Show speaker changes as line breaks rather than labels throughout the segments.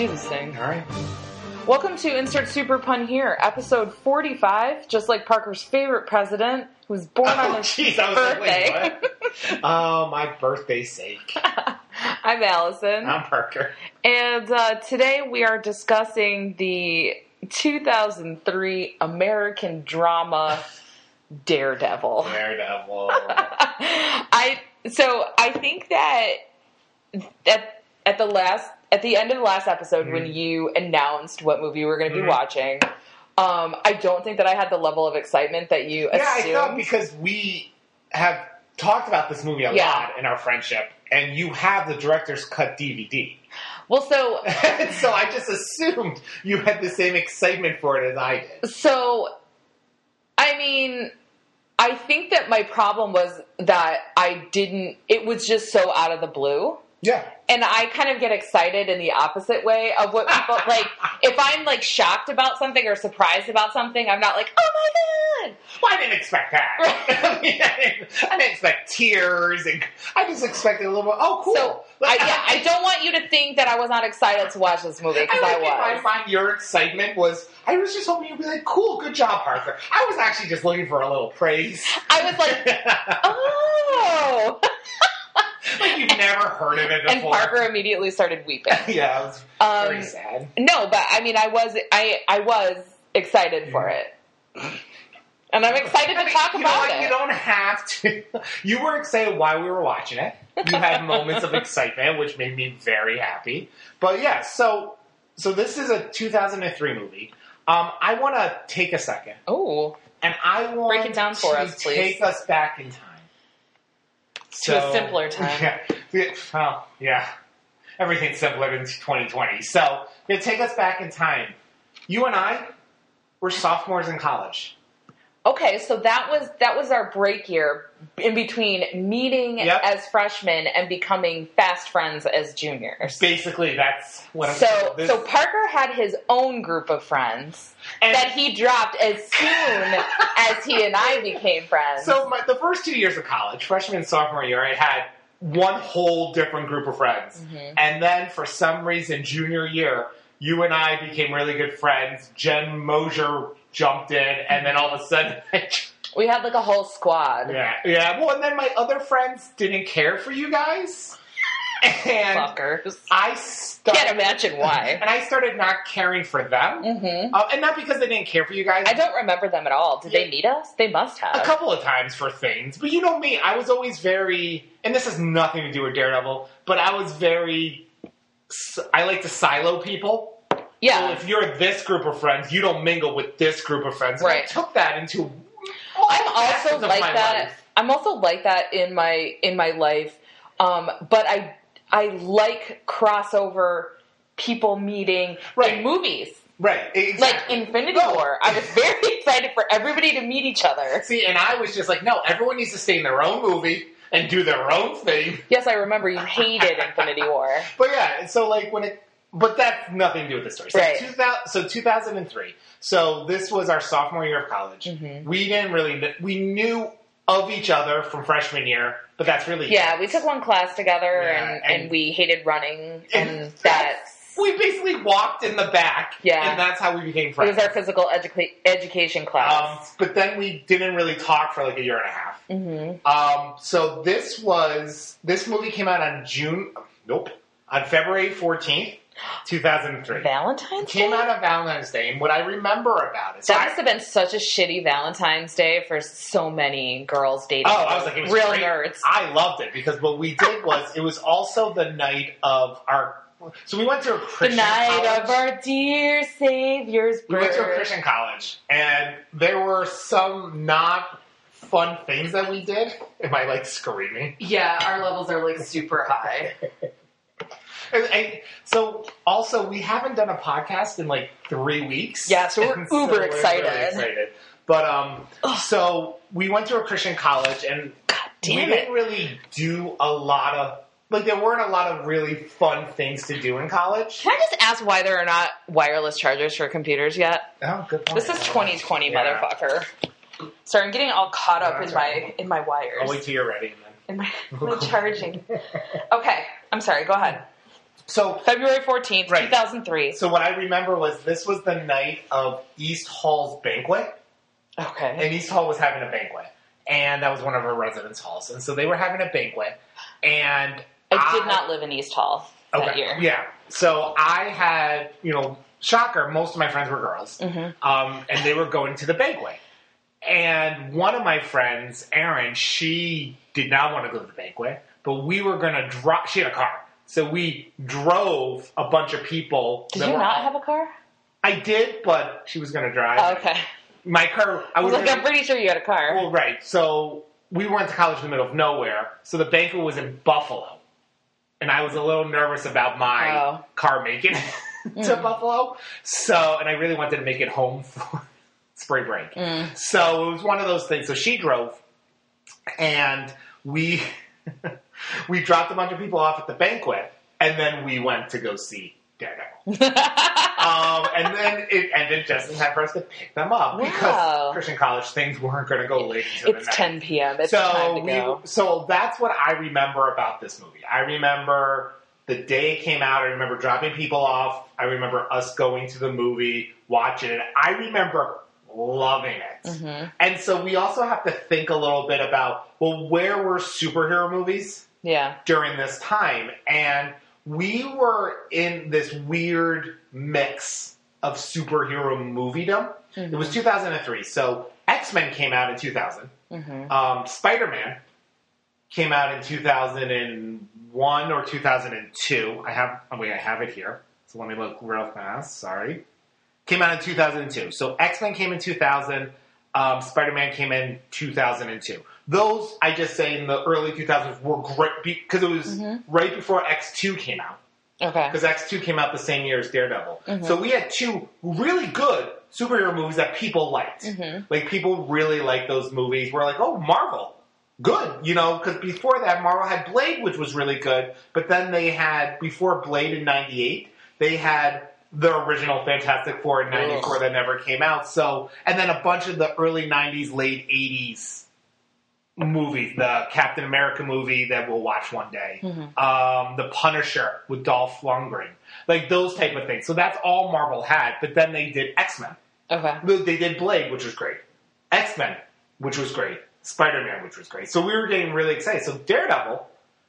All right.
Welcome to Insert Super Pun Here, episode 45, just like Parker's favorite president, who was born
Oh,
on his
jeez, I was like,
birthday.
wait, Oh, my birthday's sake.
I'm Allison.
I'm Parker.
and uh, today we are discussing the 2003 American drama Daredevil.
Daredevil.
I so I think that at at the last at the end of the last episode
Mm-hmm.
when you announced what movie we were going to
Mhm.
be watching, um, I don't think that I had the level of excitement that you
yeah, I
assumed.
thought because we have talked about this movie a
Yeah.
lot in our friendship, and you have the director's cut DVD.
well, so
so I just assumed you had the same excitement for it as I did.
so I mean. I think that my problem was that I didn't, it was just so out of the blue.
Yeah.
and I kind of get excited in the opposite way of what people like. If I'm like shocked about something or surprised about something, I'm not like, oh my god.
Well, I didn't expect that. I, mean, I, didn't, I didn't expect tears, and I just expected a little bit. Oh, cool!
So I, yeah, I don't want you to think that I was not excited to watch this movie because I,
like in my
was.
mind, your excitement was. I was just hoping you'd be like, "Cool, good job, Parker." I was actually just looking for a little praise.
I was like,
like
oh,
you've never heard of it before.
and Parker immediately started weeping.
yeah, it was very
Um,
sad.
no, but I mean, I was, I, I was excited for it, and I'm excited
I
to
mean,
talk
you know
about
what? You
it.
don't have to. You were excited while we were watching it. You had moments of excitement, which made me very happy. But yeah, so so this is a 2003 movie. Um, I want to take a second,
Oh,
and I want
Break it down for
to
us, please.
Take us back in time
To a simpler time.
Yeah, yeah, well, yeah. Everything's simpler in 2020. So to take us back in time, you and I were sophomores in college.
Okay, so that was that was our break year in between meeting
Yep.
as freshmen and becoming fast friends as juniors.
Basically, that's what I'm
So
this-
so Parker had his own group of friends
and-
that he dropped as soon as he and I became friends.
So my, the first two years of college, freshman and sophomore year, I had one whole different group of friends, and then for some reason, junior year, you and I became really good friends. Jen Mosier jumped in, and then all of a sudden, I,
we had like a whole squad.
yeah, yeah. Well, and then my other friends didn't care for you guys, and
Fuckers.
I started.
Can't imagine why.
And I started not caring for them,
hmm
Uh, and not because they didn't care for you guys.
I don't remember them at all. Did they need us? They must have.
a couple of times for things. But you know me, I was always very, and this has nothing to do with Daredevil, but I was very, I like to silo people. So
yeah.
if you're this group of friends, you don't mingle with this group of friends. And I
Right.
took that into.
I'm
facets
also
of
like
my
that.
life.
I'm also like that in my in my life, um, but I I like crossover people meeting
Right.
in movies
Right.
like
Exactly.
Infinity
No.
War. I was very excited for everybody to meet each other.
See, and I was just like, no, everyone needs to stay in their own movie and do their own thing.
Yes, I remember you hated Infinity War.
But yeah, and so like when it, but that's nothing to do with the story. So,
Right.
2000, so 2003. So this was our sophomore year of college.
Mm-hmm.
We didn't really, kn- we knew of each other from freshman year, but that's really
Yeah, we took one class together,
Yeah,
and,
and-
and we hated running,
And
and that
We basically walked in the back,
Yeah.
and that's how we became
it
friends.
was our physical educa- education
um,
class.
but then we didn't really talk for like a year and a half.
hmm
Um, so this was this movie came out on June, nope, on February fourteenth, two thousand three.
Valentine's
Um, Came
Day?
out on Valentine's Day, and what I remember about it. so
That
I-
must have been such a shitty Valentine's Day for so many girls dating.
Oh, I was like, it was
real
great.
nerds.
I loved it because what we did was it was also the night of our. So we went to a
The
Christian
night
college.
of our dear Savior's
we went to a
birth.
Christian college, and there were some not fun things that we did. Am I like screaming?
Yeah, our levels are like super high.
And, and so also we haven't done a podcast in like three weeks.
Yeah, so we're
And
uber
really
excited.
excited. But um, so we went to a Christian college, and
damn
we
it.
didn't really do a lot of like there weren't a lot of really fun things to do in college.
Can I just ask why there are not wireless chargers for computers yet?
Oh, good point.
This is 2020,
Yeah.
motherfucker. Sorry, I'm getting all caught up in my in my wires,
I'll wait till you're ready. and Then.
in my, my charging. Okay, I'm sorry. Go ahead.
So
February 14th,
Right.
2003.
so what I remember was this was the night of East Hall's banquet,
Okay.
and East Hall was having a banquet, and that was one of her residence halls, and so they were having a banquet, and
I did not live in East Hall that year.
Yeah. So I had, you know, shocker, most of my friends were girls.
Mm-hmm.
Um, and they were going to the banquet. And one of my friends, Erin, she did not want to go to the banquet, but we were going to drop, she had a car. So we drove a bunch of people.
Did
that
you
were-
not have a car?
I did, but she was going to drive.
Oh, okay.
My car, I
I was
was
like,
gonna-
I'm pretty sure you had a car.
well, right. So we went to college in the middle of nowhere. So the banquet was in Buffalo, and I was a little nervous about my
Oh. Mm.
car making it to Buffalo. So, and I really wanted to make it home for spring break.
Mm.
So it was one of those things. So she drove, and we we dropped a bunch of people off at the banquet, and then we went to go see Daredevil um, and then it ended just in time for us to pick them up
Wow.
because Christian college things weren't going to go late into
it's
the night.
10 p.m. It's time
so
to go.
so that's what I remember about this movie. I remember the day it came out. I remember dropping people off. I remember us going to the movie, watching it. I remember loving it.
Mm-hmm.
And so we also have to think a little bit about well, where were superhero movies?
Yeah.
during this time. And we were in this weird mix of superhero moviedom. It was 2003. So X Men came out in 2000.
Mm-hmm.
Um, Spider Man came out in 2001 or 2002. I have, oh wait, I have it here. So let me look real fast. Sorry. Came out in 2002. So X Men came in 2000. Um, Spider Man came in 2002. Those, I just say, in the early 2000s were great because it was right before X2 came out.
Okay.
Because X2 came out the same year as Daredevil. So we had two really good superhero movies that people liked. Like, people really liked those movies. We're like, oh, Marvel. Good, you know, because before that, Marvel had Blade, which was really good, but then they had, before Blade in 98, they had the original Fantastic Four in 94 that never came out, so, and then a bunch of the early 90s, late 80s movies. The Captain America movie that we'll watch one day. Um, the Punisher with Dolph Lundgren. Like those type of things. So that's all Marvel had. But then they did X Men.
Okay.
They did Blade, which was great. X Men, which was great. Spider Man, which was great. So we were getting really excited. So Daredevil,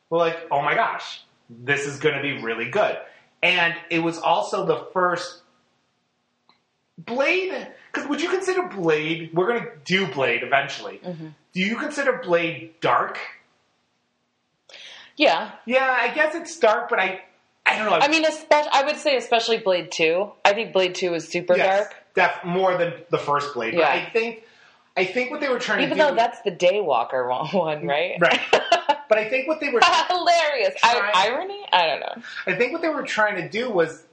we're like, oh my gosh, this is going to be really good. And it was also the first Blade. Because would you consider Blade? We're going to do Blade eventually.
Mm-hmm.
Do you consider Blade dark?
Yeah.
Yeah, I guess it's dark, but I, I don't know.
I mean, especially, I would say especially Blade 2. I think Blade 2 is super
yes,
dark.
def- more than the first Blade.
Yeah.
But I think, I think what they were trying
Even
to do.
though that's the Daywalker one- one, right?
right. but I think what they were,
Hilarious. I,
Try-
irony? I don't know.
I think what they were trying to do was,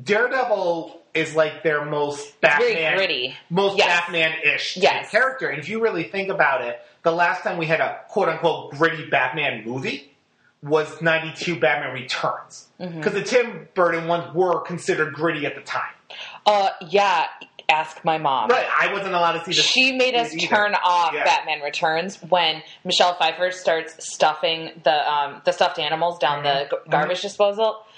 Daredevil is like their most
very
Batman,
gritty.
most
Yes.
Batman-ish type
Yes.
character. And if you really think about it, the last time we had a quote-unquote gritty Batman movie was '92 Batman Returns, because
Mm-hmm.
the Tim Burton ones were considered gritty at the time.
Uh, yeah. Ask my mom.
Right, I wasn't allowed to see this.
She made us
either.
turn off
Yeah.
Batman Returns when Michelle Pfeiffer starts stuffing the um, the stuffed animals down the g- garbage disposal.
Mm-hmm.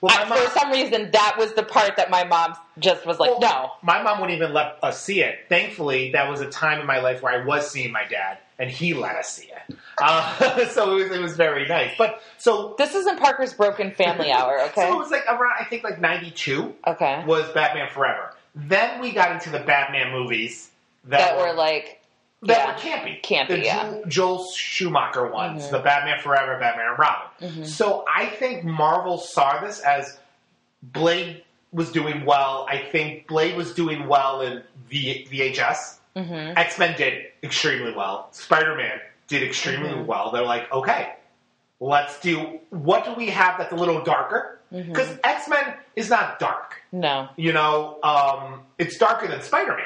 Well,
I- for some reason, that was the part that my mom just was like, "No."
My mom wouldn't even let us see it. Thankfully, that was a time in my life where I was seeing my dad, and he let us see it. Uh, so it was, it was very nice. But so,
This isn't Parker's broken family hour, okay?
so it was like around, I think, like 92
okay.
was Batman Forever. Then we got into the Batman movies that,
That were like,
that
yeah.
were campy.
Campy,
the
yeah. Mm-hmm.
Jo- Joel Schumacher ones, the Batman Forever, Batman and Robin. So I think Marvel saw this as Blade was doing well. I think Blade was doing well in v- VHS.
Mm-hmm.
X Men did extremely well. Spider Man did extremely
Mm-hmm.
well. They're like, okay, let's do what do we have that's a little darker?
Mm-hmm.
Because X Men is not dark.
no.
You know, um, it's darker than Spider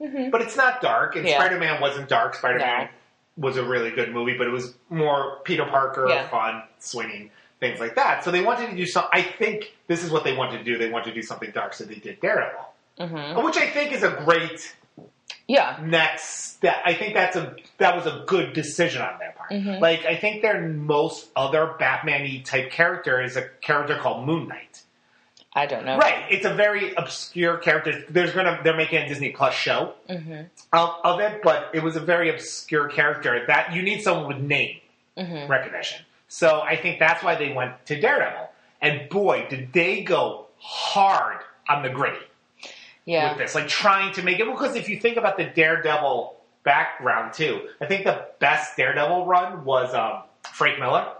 Man, but it's not dark. And
Mm-hmm. Yeah.
Spider Man wasn't dark. Spider Man was a really good movie, but it was more Peter Parker,
Yeah.
fun, swinging, things like that. So they wanted to do some. I think this is what they wanted to do. They wanted to do something dark, so they did Daredevil,
hmm
which I think is a great
Yeah.
next that I think that's a that was a good decision on their part.
Mhm.
Like I think their most other Batman-y type character is a character called Moon Knight.
I don't know.
Right. It's a very obscure character. There's gonna they're making a Disney Plus show
Mm-hmm.
of, of it, but it was a very obscure character that you need someone with name
Mm-hmm.
recognition. So I think that's why they went to Daredevil. And boy, did they go hard on the gritty
Yeah.
with this, like trying to make it. Because if you think about the Daredevil background too, I think the best Daredevil run was um, Frank Miller,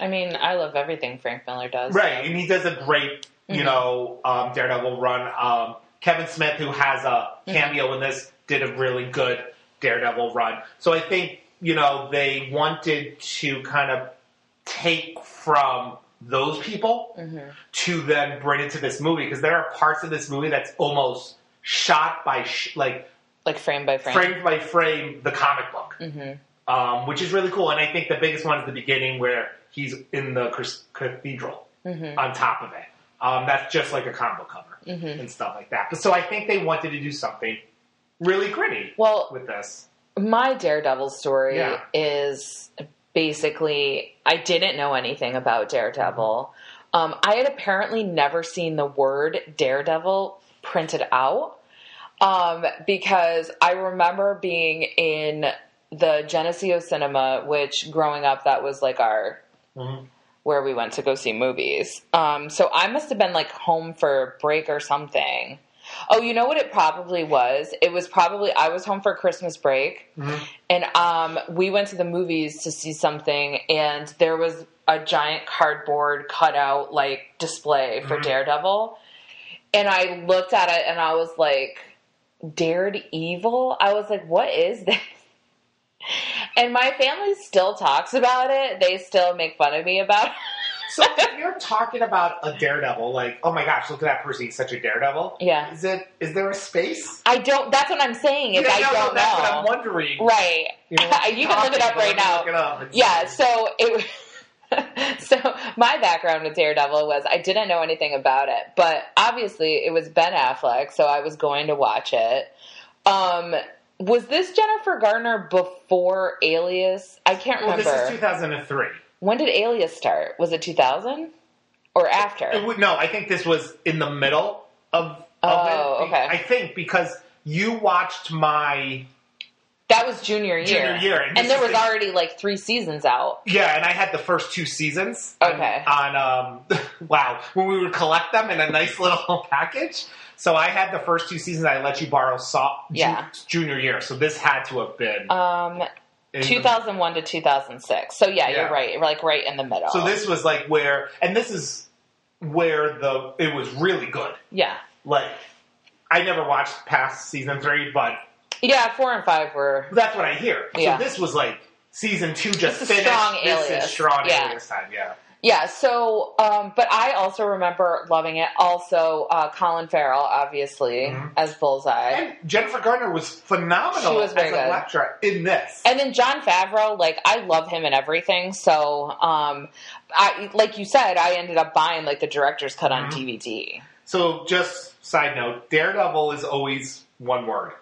I mean, I love everything Frank Miller does.
right? And he does a great, you
Mhm.
know, um, Daredevil run. Um, Kevin Smith, who has a
Mm-hmm.
cameo in this, did a really good Daredevil run. So I think you know they wanted to kind of take from those people
Mm-hmm.
to then bring it to this movie because there are parts of this movie that's almost shot by sh- like
Like frame by frame.
frame by frame the comic book,
Mm-hmm.
um, which is really cool. And I think the biggest one is the beginning where he's in the cr- cathedral
Mm-hmm.
on top of it. Um, that's just like a comic book cover
Mm-hmm.
and stuff like that. But so I think they wanted to do something really gritty
Well,
with this.
my Daredevil story
Yeah.
is basically I didn't know anything about Daredevil. Um, I had apparently never seen the word Daredevil printed out um, because I remember being in the Geneseo Cinema, which growing up that was like our
Mhm.
where we went to go see movies. Um, so I must have been like home for break or something. Oh, you know what it probably was? It was probably I was home for Christmas break
Mhm.
and um, we went to the movies to see something, and there was a giant cardboard cutout like display for
Mhm.
Daredevil, and I looked at it and I was like, "Dared Evil?" I was like, "What is this?" And my family still talks about it. They still make fun of me about it.
So if you're talking about a daredevil, like oh my gosh, look at that person, he's such a daredevil.
Yeah,
Is it? Is there a space?
I don't. That's what I'm saying. Is
Yeah,
I
no, no,
don't
that's what
know.
I'm wondering.
right.
You, know,
You can look it up right now.
Look it up. It's-
yeah so it so my background with daredevil was i didn't know anything about it but obviously it was ben affleck so i was going to watch it um was this jennifer garner before alias i can't
Well,
remember
this is 2003.
when did alias start was it 2000 or after
It would- no, I think this was in the middle of, of
Oh,
it.
okay.
I think because you watched my
that was junior year
Junior year, and
and,
this
there was
is the-
already like three seasons out
yeah, and I had the first two seasons.
Okay.
On, on um, wow, when we would collect them in a nice little package. So I had the first two seasons. I let you borrow saw ju-
Yeah.
junior year. So this had to have been
um
in the-
2001 to 2006 so yeah,
Yeah.
you're right like right in the middle
So this was like where, and this is where the it was really good.
yeah
Like I never watched past season three, but
yeah four and five were
that's what I hear.
Yeah.
So this was like season two just
This is
finished.
strong
this
Alias.
is strong
Yeah.
alias time. Yeah.
Yeah, so, um, but I also remember loving it. Also, uh, Colin Farrell, obviously,
Mhm.
as Bullseye.
And Jennifer Garner was phenomenal
She was very
as
good.
Electra in this.
And then John Favreau, like, I love him and everything. So, um, I, like you said, I ended up buying, like, the director's cut on
Mhm.
DVD.
so just side note, Daredevil is always one word.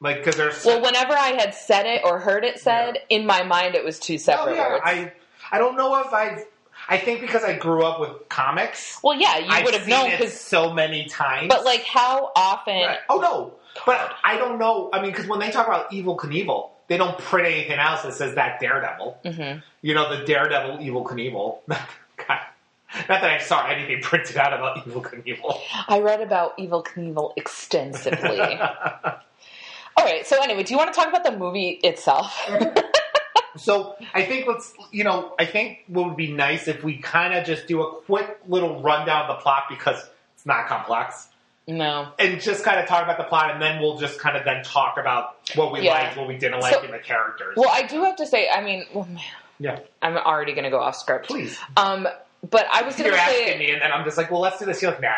Like because there's
Well, whenever I had said it or heard it said, in my mind it was two
Oh,
separate
yeah,
words.
I I don't know if I've I think because I grew up with comics.
well, yeah, you
I've
would have
seen
known,
it
because,
so many times.
but, like, how often.
Right. oh no, but I don't know. I mean, because when they talk about Evil Knievel, they don't print anything else that says that Daredevil.
Mhm.
You know, the Daredevil Evil Knievel. God. Not that I saw anything printed out about Evil Knievel.
I read about Evil Knievel extensively. All right, so anyway, do you want to talk about the movie itself?
So I think let's, you know, I think what would be nice if we kind of just do a quick little rundown of the plot because it's not complex.
No.
And just kind of talk about the plot, and then we'll just kind of then talk about what we
Yeah.
liked, what we didn't like,
So-
and the characters.
Well, I do have to say, I mean, oh man,
yeah,
I'm already going to go off script.
please.
Um, but I was going
You're
to
asking
say,
me, and then I'm just like, well, let's do this. You're like, nah.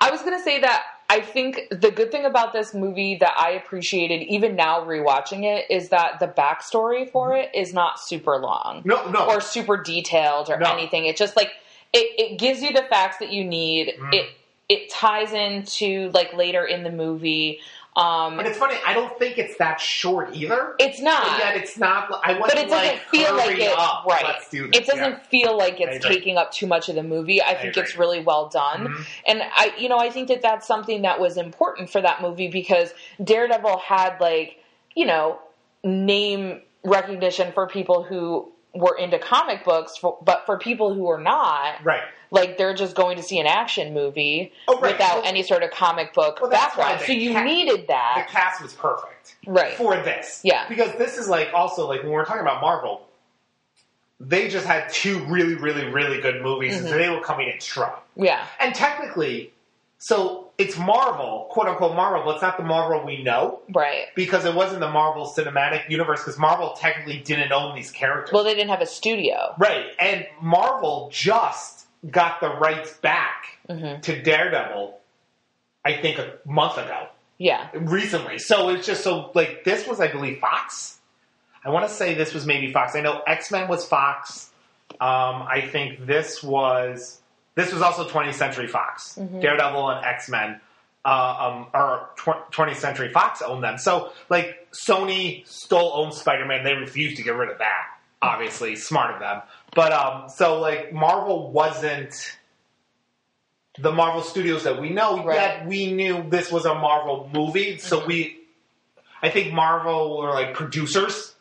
I was going to say that I think the good thing about this movie that I appreciated, even now rewatching it, is that the backstory for it is not super long
Mm-hmm. No, no.
or super detailed or
No.
anything. It just like it, it gives you the facts that you need.
Mhm.
It it ties into like later in the movie. Um,
But it's funny. I don't think it's that short either.
it's
But
not.
yet it's not. I wasn't
but it doesn't
like,
feel like
hurry
it.
up,
right.
Let's do this.
it doesn't
Yeah.
feel like
I
it's
agree.
taking up too much of the movie. I, think
agree.
it's really well done.
Mhm.
And I, you know, I think that that's something that was important for that movie because Daredevil had like, you know, name recognition for people who were into comic books, for, but for people who are not,
Right.
like they're just going to see an action movie
Oh, right.
without
Well-
any sort of comic book
Well, that's why
background.
they
So you
ca-
needed
The
that,
cast was perfect.
right?
for this.
Yeah.
Because this is like also like when we're talking about Marvel, they just had two really, really, really good movies, and
Mm-hmm.
so they were coming in strong.
yeah,
And technically, so it's Marvel, quote unquote Marvel, but it's not the Marvel we know
right.
because it wasn't the Marvel Cinematic Universe because Marvel technically didn't own these characters.
Well, they didn't have a studio.
right. And Marvel just got the rights back
Mhm.
to Daredevil, I think a month ago
Yeah,
recently. So it's just so like this was, I believe, Fox. I want to say this was maybe Fox. I know X Men was Fox. Um, I think this was this was also 20th Century Fox, Daredevil and X Men, uh, um, or tw- 20th Century Fox owned them. So like Sony still owns Spider Man. They refused to get rid of that. Obviously, smart of them. But um, so like Marvel wasn't the Marvel studios that we know.
Right.
Yet we knew this was a Marvel movie, so we. I think Marvel were like producers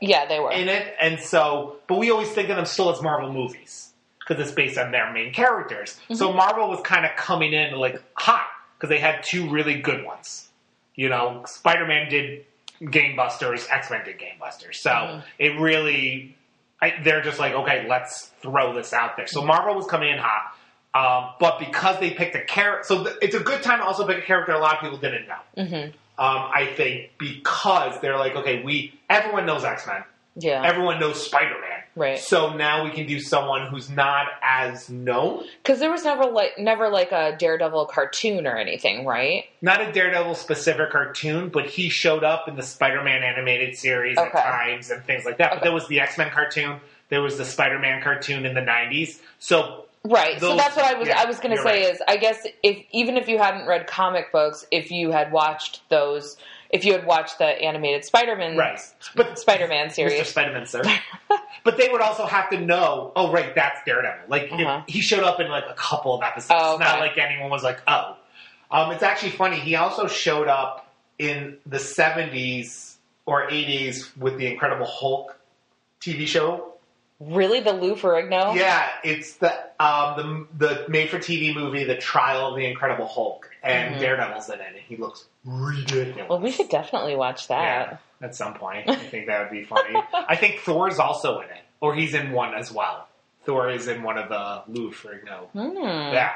yeah, they were.
in it, and so, but we always think of them still as Marvel movies because it's based on their main characters. So Marvel was kind of coming in like hot because they had two really good ones. You know, Spider Man did Game Busters, X Men did Game Busters. So it really, I, they're just like, okay, let's throw this out there. So Marvel was coming in hot. Um, but because they picked a character, so th- it's a good time to also pick a character a lot of people didn't know.
Mhm.
Um, I think because they're like, okay, we everyone knows X Men,
Yeah.
everyone knows Spider Man.
Uh-huh. Right.
So now we can do someone who's not as known.
Because there was never like never like a Daredevil cartoon or anything, right?
Not a Daredevil specific cartoon, but he showed up in the Spider Man animated series
Okay.
at times and things like that. But
Okay.
there was the X Men cartoon, there was the Spider Man cartoon in the 90s. So,
Right. so
Those-
that's what I was
yeah,
I was going to
you're
say
right.
is I guess if even if you hadn't read comic books, if you had watched those, if you had watched the animated Spider-Man
right. But
Spider-Man
Mr.
series,
Spider Man, sir. but they would also have to know, oh, right, that's Daredevil. Like, if-
Uh-huh.
he showed up in like a couple of episodes.
Oh,
It's
okay.
not like anyone was like, oh. Um, it's actually funny. He also showed up in the 70s or 80s with the Incredible Hulk TV show.
really the Lou Ferrigno?
Yeah, it's the um, the the made for TV movie, The Trial of the Incredible Hulk, and Daredevil's in it, and he looks ridiculous.
Mm-hmm. Well, we could definitely watch
Yeah,
that.
at some point. I think that would be funny. I think Thor's also in it, or he's in one as well. Thor is in one of the Lou Ferrigno.
Hmm.
Yeah,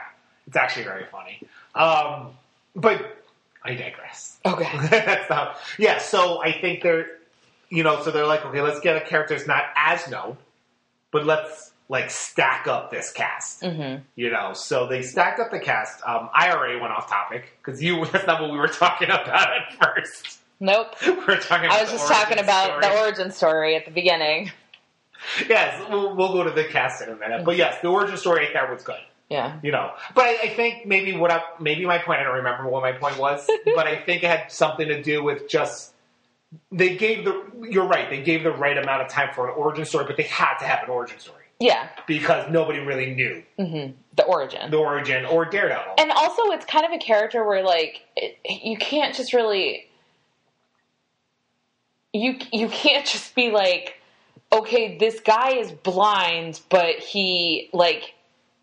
it's actually very funny. Um, but I digress.
Okay.
That's not, yeah, so I think they're, you know, so they're like, okay, let's get a character that's not as known, but let's like stack up this cast.
Mhm.
You know, so they stacked up the cast. Um, I already went off topic because you—that's not what we were talking about at first.
Nope.
We're talking. About
I was
the
just
origin
talking about
story.
the origin story at the beginning.
Yes, we'll, we'll go to the cast in a minute. But yes, the origin story there was good.
Yeah.
You know, but I, I think maybe what I, maybe my point. I don't remember what my point was, but I think it had something to do with just they gave the. You're right. They gave the right amount of time for an origin story, but they had to have an origin story
Yeah.
because nobody really knew
The origin.
the origin or Daredevil.
and also it's kind of a character where like it, you can't just really you you can't just be like okay this guy is blind but he like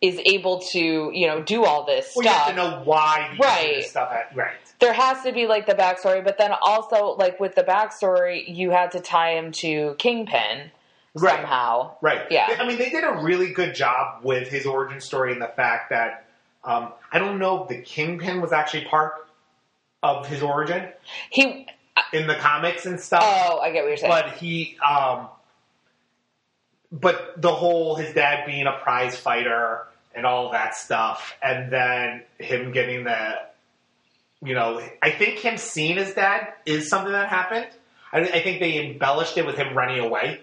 is able to you know do all this
well, you
stuff
have to know why he did
Right.
this stuff. At, right.
there has to be like the backstory but then also like with the backstory you had to tie him to kingpin
Right.
somehow
Right.
Yeah.
I mean, they did a really good job with his origin story and the fact that um, I don't know if the Kingpin was actually part of his origin
he
in the comics and stuff,
oh i get what you're saying
but he, um, but the whole his dad being a prize fighter and all that stuff, and then him getting the, you know, I think him seeing his dad is something that happened. I, I think they embellished it with him running away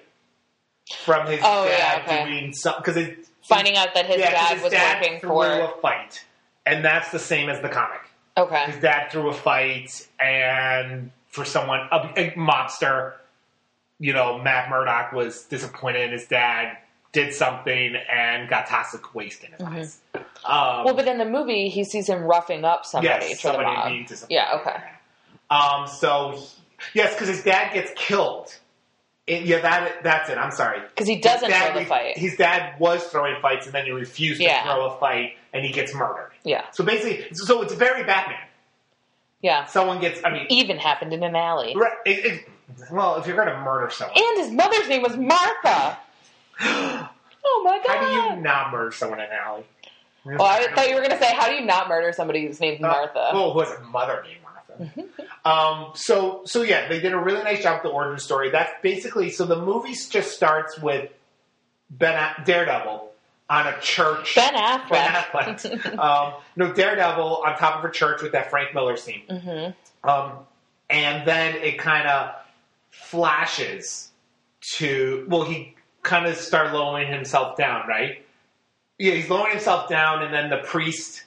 from his
Oh, yeah,
dad
okay.
doing something because
finding out that his
'cause
dad was working
threw
for
a fight, and that's the same as the comic.
Okay.
His dad threw a fight, and for someone a, a monster, you know, Matt Murdock was disappointed in his dad, did something, and got toxic waste in his eyes. Um,
Mm-hmm. Well, but in the movie, he sees him roughing up somebody
yes,
for the
somebody
mob.
being disappointed.
yeah. Okay.
Um, so he- yes, because his dad gets killed. It- yeah, that that's it. I'm sorry.
Because he doesn't
His dad
throw the
re-
fight.
His dad was throwing fights, and then he refused
Yeah.
to throw a fight, and he gets murdered.
yeah.
So basically, so it's very Batman.
Yeah.
Someone gets. I mean,
Even happened in an alley.
right, it, it, well, if you're gonna murder someone,
And his mother's name was Martha. Oh my god.
how do you not murder someone in an alley?
well, I thought you were going to say, how do you not murder somebody whose name's Martha?
Uh, well, who has a mother named Martha? um, so, so yeah, they did a really nice job with the origin story. That's basically so. The movie just starts with Ben Daredevil on a church.
ben Affleck.
Ben Affleck. um, no, Daredevil on top of a church with that Frank Miller scene.
Mhm.
Um, and then it kind of flashes to, well, he kind of started lowering himself down, right? Yeah, he's lowering himself down, and then the priest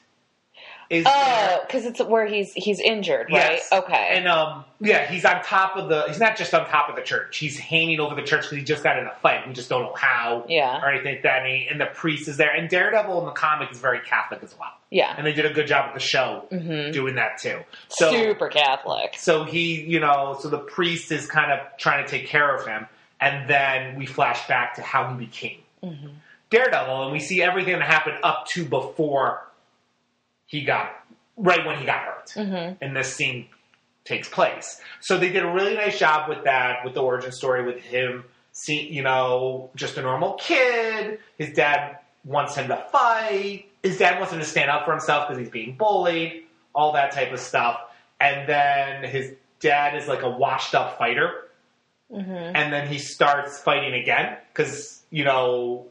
is there.
Oh, because it's where he's he's injured, right?
Yes.
Okay.
And um, yeah, he's on top of the. He's not just on top of the church. He's hanging over the church because he just got in a fight. We just don't know how
yeah.
or anything like that. And, he- and the priest is there. And Daredevil in the comic is very Catholic as well.
Yeah.
And they did a good job with the show
hmm
doing that too. So
Super Catholic.
so he, you know, so the priest is kind of trying to take care of him, and then we flash back to how he became Daredevil, and we see everything that happened up to before he got right when he got hurt,
hmm
and this scene takes place. So they did a really nice job with that, with the origin story, with him, see, you know, just a normal kid. His dad wants him to fight. His dad wants him to stand up for himself because he's being bullied, all that type of stuff. And then his dad is like a washed up fighter,
hmm
and then he starts fighting again because you know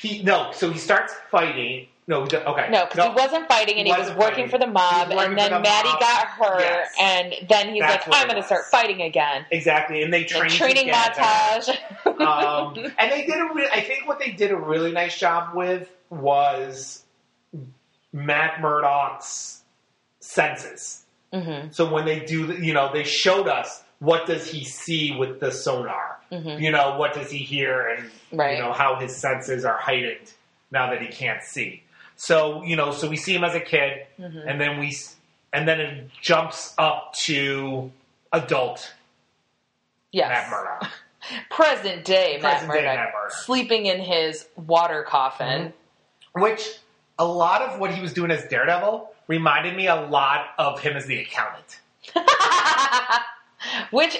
he no. So he starts fighting. No, he do- okay,
No, because he wasn't fighting and he was
Wasn't
working
fighting.
for the mob,
He was
and
working for
then
the
Maddie
mob.
got hurt,
Yes.
and then he's like,
That's what
I'm
it
going to
was.
start fighting again.
Exactly, and they
The
train
training
together.
montage.
um, and they did a re- I think what they did a really nice job with was Matt Murdock's senses.
hmm
So when they do, the, you know, they showed us what does he see with the sonar.
hmm
You know, what does he hear, and
Right.
you know how his senses are heightened now that he can't see. So you know, so we see him as a kid,
Mhm.
and then we, s- and then it jumps up to adult Matt
Yes.
Murdock.
Present day Matt
Present day
Murdock.
Matt Murdock.
Sleeping in his water coffin.
which a lot of what he was doing as Daredevil reminded me a lot of him as the accountant.
Which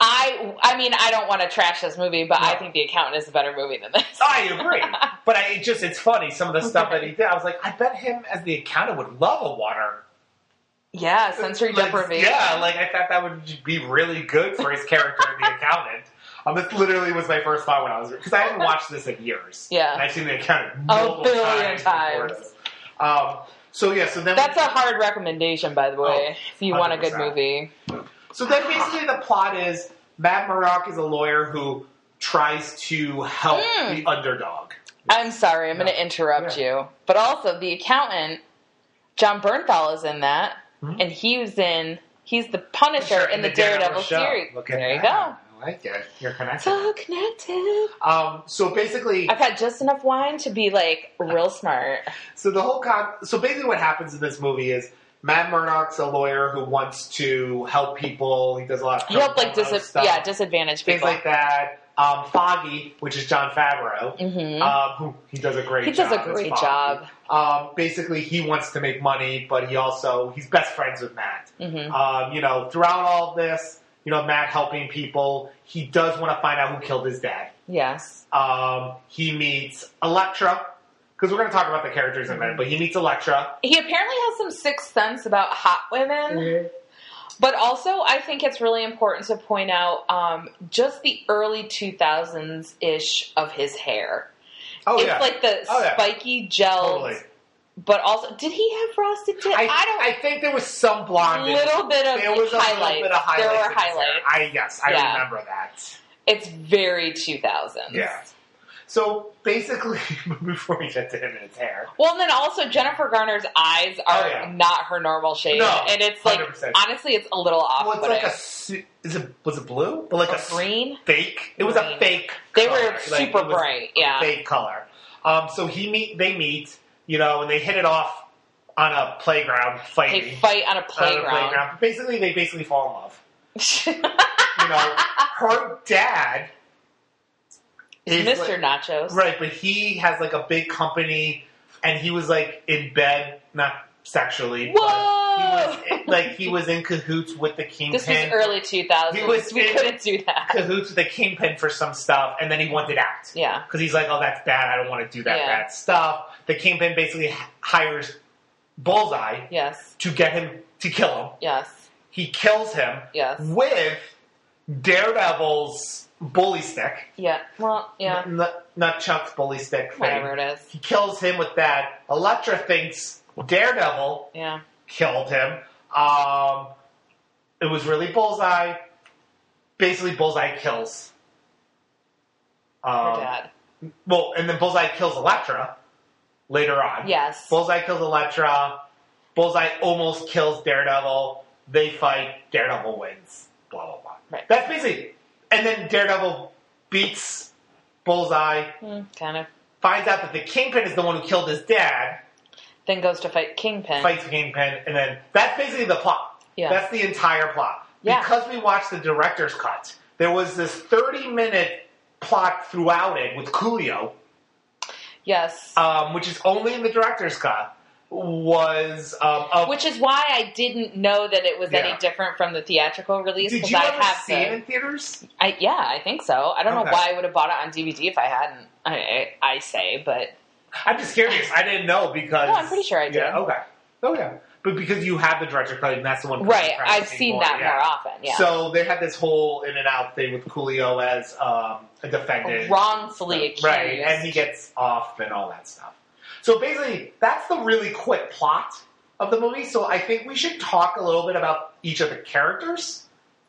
I I mean I don't want to trash this movie, but I
No.
think The Accountant is a better movie than this.
I agree, but I, it just it's funny some of the stuff that he did. I was like, I bet him as the accountant would love a water
Yeah, sensory
like,
deprivation.
Yeah, like I thought that would be really good for his character in the accountant. Um, this literally was my first thought when I was because I haven't watched this in years.
Yeah.
and I've seen the
A
accountant multiple
billion
times.
times.
before this. Um, so yeah, so then
That's a hard recommendation, by the way, if you want a good
100%.
movie.
So then basically the plot is Matt Murdock is a lawyer who tries to help
Hmm.
the underdog.
I'm sorry, I'm
No.
going to interrupt
Yeah.
you. But also, The Accountant, John Bernthal is in that,
Mhm.
and he was in, he's the Punisher in the, Daredevil,
show.
series.
Look at
there you go.
that. I like it. You're
It's all
connected.
connected.
Um, so basically,
I've had just enough wine to be like real smart.
so the whole con- so basically what happens in this movie is Matt Murdock's a lawyer who wants to help people. He does a lot of
He helped like
criminal
dis-
stuff,
yeah, disadvantaged
things
people.
like that. Um, Foggy, which is John Favreau,
Mhm.
um, who he does a great
He
job.
does a
as
great
Foggy.
job.
Um, basically, he wants to make money, but he also he's best friends with Matt.
hmm
Um, you know, throughout all this, you know, Matt helping people. He does want to find out who killed his dad.
Yes.
Um, he meets Elektra because we're going to talk about the characters in a minute. But he meets Elektra.
He apparently has some sixth sense about hot women,
Mm-hmm.
but also I think it's really important to point out um, just the early 2000s ish of his hair.
Oh
it's
yeah,
like the
Oh, yeah.
spiky gels,
totally.
but also, did he have frosted tips?
I, I think there was some blonde.
don't.
in-
little bit of
there was a
highlights.
little bit of highlights.
There
in
were
his hair.
highlights.
I yes, I
Yeah.
remember that.
It's very 2000s.
Yeah. So basically, before we get to him and his hair,
Well, and then also Jennifer Garner's eyes are
Oh, yeah.
not her normal shape,
No,
and it's like
100%.
honestly, it's a little off.
well, it's
Uh, but
like a su- is it was it blue? But like a s-
green.
fake. It was a
Green.
fake.
They
color.
were
Like,
super
it was
bright. Yeah,
Fake color. Um, so he meet. They meet. You know, and they hit it off on a playground fighting.
they fight on a
On a
playground.
But basically, they basically fall in love. You know, her dad is like-
Mr. Nachos.
Right, but he has like a big company, and he was like in bed, not sexually.
Whoa!
But he was like he was in cahoots with the kingpin.
This was early 2000s.
He was-
we couldn't do that.
cahoots with the kingpin for some stuff, and then he wanted out
Yeah.
because he's like, "Oh, that's bad. I don't want to do that
Yeah.
bad stuff." The kingpin basically h- hires Bullseye
Yes.
to get him to kill him.
Yes.
He kills him
Yes.
with Daredevil's bully stick,
Yeah. Well. Yeah.
N- n- not Chuck's bully stick thing.
Whatever it is.
He kills him with that. Elektra thinks Daredevil
Yeah.
killed him. Um, it was really Bullseye. Basically, Bullseye kills.
Her
Um,
dad.
well, and then Bullseye kills Elektra later on.
Yes.
Bullseye kills Elektra. Bullseye almost kills Daredevil. They fight. Daredevil wins. Blah blah blah.
Right.
That's basically. And then Daredevil beats Bullseye.
Hmm, kind of.
Finds out that the Kingpin is the one who killed his dad.
Then goes to fight Kingpin.
Fights Kingpin, and then that's basically the plot.
Yeah.
That's the entire plot.
Yeah.
Because we watched the director's cut, there was this thirty-minute plot throughout it with Coolio.
yes.
um, which is only in the director's cut, was um, of,
Which is why I didn't know that it was
Yeah.
any different from the theatrical release
did
because
you
I
ever
have
see
the-
it in theaters?
I, yeah, I think so. I don't
Okay.
know why I would have bought it on DVD if I hadn't. I, I, I say, but
I'm just curious. I didn't know because
No, I'm pretty sure I did.
Yeah, okay, oh yeah, but because you have the director's cut, and that's the one.
right,
I'm trying to
I've
see
seen
more,
that
yeah.
more often. Yeah,
So they had this whole in and out thing with Coolio as um, a defendant,
wrongfully accused.
right? And he gets off and all that stuff. So basically, that's the really quick plot of the movie. So I think we should talk a little bit about each of the characters